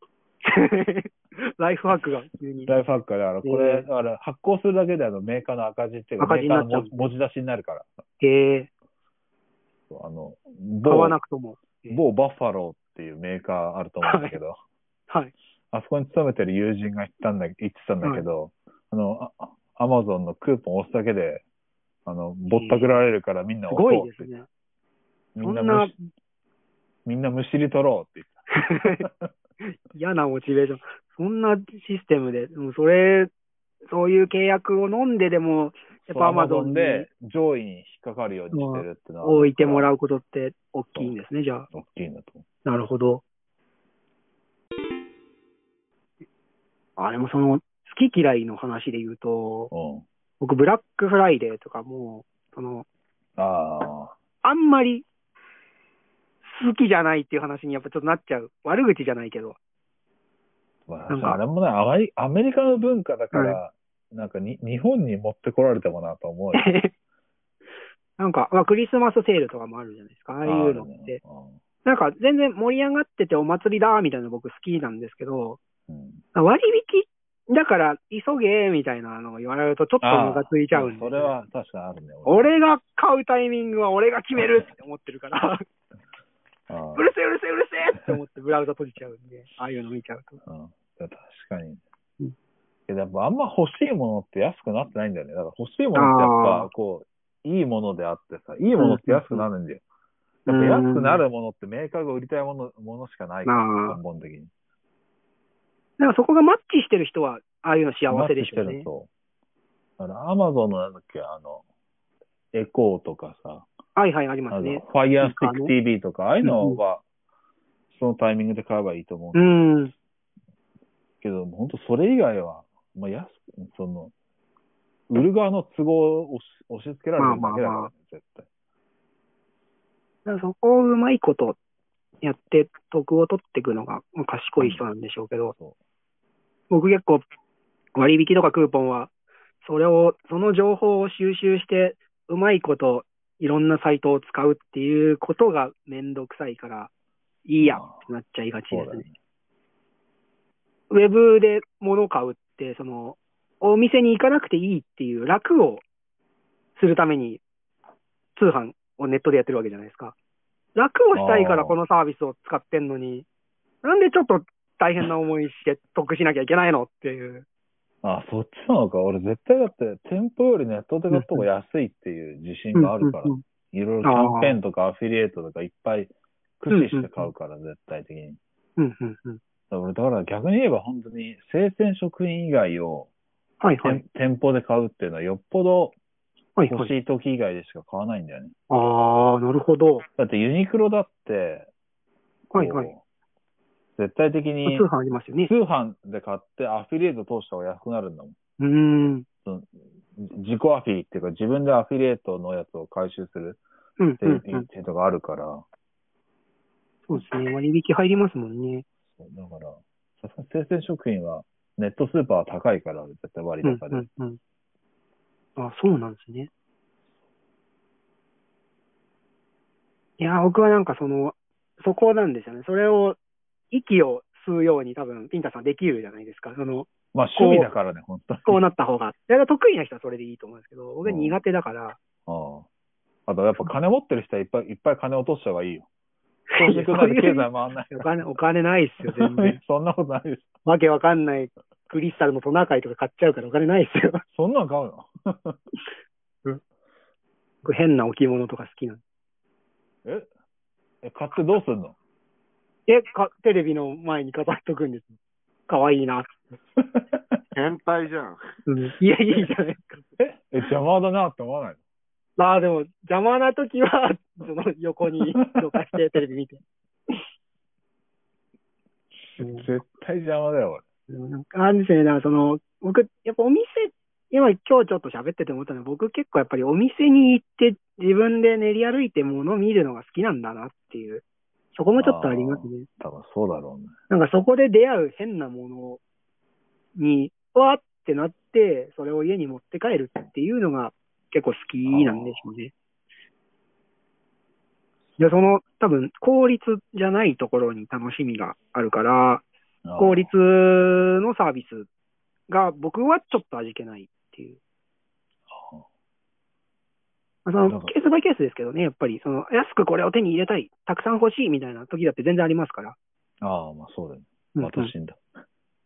[SPEAKER 1] ライフワークが急に。
[SPEAKER 3] ライフハッカーで、あの、こ
[SPEAKER 1] え
[SPEAKER 3] れ、
[SPEAKER 1] ー
[SPEAKER 3] だから発行するだけであの、メーカーの赤字っていうか、
[SPEAKER 1] 赤
[SPEAKER 3] メ
[SPEAKER 1] 字
[SPEAKER 3] ー
[SPEAKER 1] に
[SPEAKER 3] カー
[SPEAKER 1] な
[SPEAKER 3] の
[SPEAKER 1] っちゃう
[SPEAKER 3] も持ち出しになるから。
[SPEAKER 1] へえ、
[SPEAKER 3] そうあの、
[SPEAKER 1] 買
[SPEAKER 3] 某
[SPEAKER 1] わ、なくとも。え
[SPEAKER 3] 某バッファローっていうメーカーあると思うんだけど、
[SPEAKER 1] はい。
[SPEAKER 3] あそこに勤めてる友人が言ったんだ言ってたんだけど、あの、あアマゾンのクーポン押すだけで、あの、ぼったくられるからみんな
[SPEAKER 1] すご
[SPEAKER 3] 押
[SPEAKER 1] い
[SPEAKER 3] そうっ
[SPEAKER 1] で
[SPEAKER 3] て
[SPEAKER 1] すね。
[SPEAKER 3] み
[SPEAKER 1] そ
[SPEAKER 3] んなん
[SPEAKER 1] な
[SPEAKER 3] むしみんなむしり取ろうって
[SPEAKER 1] <laughs> 嫌なモチベーション。そんなシステムで、うんそれ、そういう契約を飲んででも、や
[SPEAKER 3] 言って
[SPEAKER 1] っぱ
[SPEAKER 3] た。
[SPEAKER 1] アマゾン
[SPEAKER 3] で
[SPEAKER 1] で
[SPEAKER 3] 上位に引っかかるようにしてるってのは。
[SPEAKER 1] 置いてもら
[SPEAKER 3] う。
[SPEAKER 1] うことって大きいんですね、じゃあ。
[SPEAKER 3] 大きいんだと思
[SPEAKER 1] なるほど。あ、でもその、好き嫌いの話で言うと、
[SPEAKER 3] う。
[SPEAKER 1] 僕、ブラックフライデーとかも、その、
[SPEAKER 3] うん。ああ。
[SPEAKER 1] あんまり好きじゃないっていう話にやっぱちょっとなっちゃう。悪口じゃないけど。
[SPEAKER 3] まあ
[SPEAKER 1] なんか
[SPEAKER 3] あれもね、あまり、アメリカの文化だから、なんかに、日本に持ってこられてもなと思うよ。
[SPEAKER 1] <laughs> なんか、まあ、クリスマスセールとかもあるじゃないですか。ああいうのって。
[SPEAKER 3] あ
[SPEAKER 1] なんか全然盛り上がっててお祭りだみたいなの僕好きなんですけど、
[SPEAKER 3] るね。うん。
[SPEAKER 1] 割引だから急げみたいなのを言われるとちょっとムカついちゃうんです
[SPEAKER 3] そ
[SPEAKER 1] よ
[SPEAKER 3] れは確かにあるね。
[SPEAKER 1] 俺が買うタイミングは俺が決めるって思ってるから、 <laughs>
[SPEAKER 3] あ
[SPEAKER 1] うるせえうるせえうるせえって思ってブラウザ閉じちゃうんで、ああいうの見ちゃうと。
[SPEAKER 3] あ、うん。確かに
[SPEAKER 1] うん。
[SPEAKER 3] けどやっぱあんま欲しいものって安くなってないんだよね。だから欲しいものってやっ
[SPEAKER 1] あー
[SPEAKER 3] ぱこう、いいものであってさ、いいものって安くなるんだよ。やっぱ安くなるものってメーカーが売りたいものものしかないから、
[SPEAKER 1] まあ
[SPEAKER 3] 根本的に。
[SPEAKER 1] なんかそこがマッチしてる人は、ああいうの幸せでしょう
[SPEAKER 3] マッチて
[SPEAKER 1] ね
[SPEAKER 3] る。と。だからアマゾンのなんだっけ、あの、エコーとかさ、
[SPEAKER 1] はいはい、あり
[SPEAKER 3] あ
[SPEAKER 1] ます
[SPEAKER 3] の、
[SPEAKER 1] ね。
[SPEAKER 3] ファイヤースティック TV とか、ああいうのは、そのタイミングで買えばいいと思うんだけど
[SPEAKER 1] うん。
[SPEAKER 3] けけど、本当それ以外は、まあ、安く、その、売る側の都合を押し押し付けられてるだけ
[SPEAKER 1] ま
[SPEAKER 3] だからね、
[SPEAKER 1] あまあま
[SPEAKER 3] 絶対。
[SPEAKER 1] だからそこをうまいことやって、得を取っていくのがまあ賢い人なんでしょうけど、
[SPEAKER 3] そ
[SPEAKER 1] 僕結構割引とかクーポンは、それを、その情報を収集して、うまいこといろんなサイトを使うっていうことがめんどくさいから、いいやってなっちゃいがち
[SPEAKER 3] そ
[SPEAKER 1] で
[SPEAKER 3] うだ
[SPEAKER 1] す
[SPEAKER 3] よね
[SPEAKER 1] ね。。ウェブで物を買うって、その、お店に行かなくていいっていう楽をするために、通販をネットでやってるわけじゃないですか。楽をしたいから
[SPEAKER 3] あー
[SPEAKER 1] このサービスを使ってんのに、なんでちょっと大変な思いして得しなきゃいけないのっていう。
[SPEAKER 3] あ、そっちなのか。俺絶対だって、店舗よりネットで買った方が安いっていう自信があるから
[SPEAKER 1] うんう、ん
[SPEAKER 3] いろいろキャンペーンとかアフィリエイトとかいっぱい駆使して買うから、絶対的に。
[SPEAKER 1] うんうんうんうん
[SPEAKER 3] だから俺だから逆に言えば本当に生鮮食品以外を
[SPEAKER 1] はいはい
[SPEAKER 3] 店。店舗で買うっていうのはよっぽど
[SPEAKER 1] はいは
[SPEAKER 3] 欲
[SPEAKER 1] い。
[SPEAKER 3] しい時以外でしか買わないんだよね。
[SPEAKER 1] ああ、なるほど。
[SPEAKER 3] だってユニクロだって、
[SPEAKER 1] はいはい。
[SPEAKER 3] こう絶対的に
[SPEAKER 1] 通販ありますよね
[SPEAKER 3] 通。販で買ってアフィリエイト通した方が安くなるんだもん。
[SPEAKER 1] うーん。
[SPEAKER 3] 自己アフィリっていうか自分でアフィリエイトのやつを回収する
[SPEAKER 1] うん
[SPEAKER 3] っ
[SPEAKER 1] う
[SPEAKER 3] ていうん手
[SPEAKER 1] うん。
[SPEAKER 3] とがあるから、
[SPEAKER 1] そうですね。割引入りますもんね。
[SPEAKER 3] そうだから、さすがに生鮮食品はネットスーパーは高いから絶対割高で。
[SPEAKER 1] うんうんうん。あ、そうなんですね。いや、僕はなんかその、そこなんですよね。それを、息を吸うように多分、ピンタさんできるじゃないですか。その、
[SPEAKER 3] まあ趣味だからね、本当に。
[SPEAKER 1] こうなった方が。だから得意な人はそれでいいと思うんですけど、僕は苦手だから、
[SPEAKER 3] ああ。あとやっぱ金持ってる人はいっぱいいっぱい金落とした方がいいよ。
[SPEAKER 1] い
[SPEAKER 3] 投
[SPEAKER 1] やそ
[SPEAKER 3] 資く
[SPEAKER 1] う
[SPEAKER 3] なる
[SPEAKER 1] いう
[SPEAKER 3] 経済回んない
[SPEAKER 1] お金、お金ないっすよ、全 <laughs> 然。
[SPEAKER 3] そんなことないです。
[SPEAKER 1] わけわかんない、クリスタルのトナカイとか買っちゃうからお金ないっすよ。
[SPEAKER 3] そんなん買うの <laughs>
[SPEAKER 1] 僕変な置物とか好きなんで
[SPEAKER 3] ええ、買ってどうすんの <laughs>
[SPEAKER 1] え、か、テレビの前に飾っとくんです。かわいいな。
[SPEAKER 2] 変態じゃん。
[SPEAKER 1] うんいや、いいじゃないですか。
[SPEAKER 3] ええ、邪魔だなって思わない
[SPEAKER 1] まあでも、邪魔な時は、その横にどかしてテレビ見て。
[SPEAKER 3] の絶対邪魔だよ、
[SPEAKER 1] うんなんか、あれですよね、だからその、僕、やっぱお店、今今日ちょっと喋ってて思ったのは、僕結構やっぱりお店に行って自分で練り歩いて物を見るのが好きなんだなっていう、そこもちょっとありますね。
[SPEAKER 3] 俺。多分そうだろうね。
[SPEAKER 1] なんかそこで出会う変なものに、わーってなって、それを家に持って帰るっていうのが結構好きなんでしょうね。いや、その、多分、効率じゃないところに楽しみがあるから、
[SPEAKER 3] ああ
[SPEAKER 1] 効率のサービスが僕はちょっと味気ないっていう。まあそ
[SPEAKER 3] なん
[SPEAKER 1] の
[SPEAKER 3] か
[SPEAKER 1] ケースバイケースですけどね、やっぱり、その、安くこれを手に入れたい、たくさん欲しいみたいな時だって全然ありますから。
[SPEAKER 3] ああ、まあそうだよね。
[SPEAKER 1] うんう
[SPEAKER 3] ま
[SPEAKER 1] ん
[SPEAKER 3] た死んだ。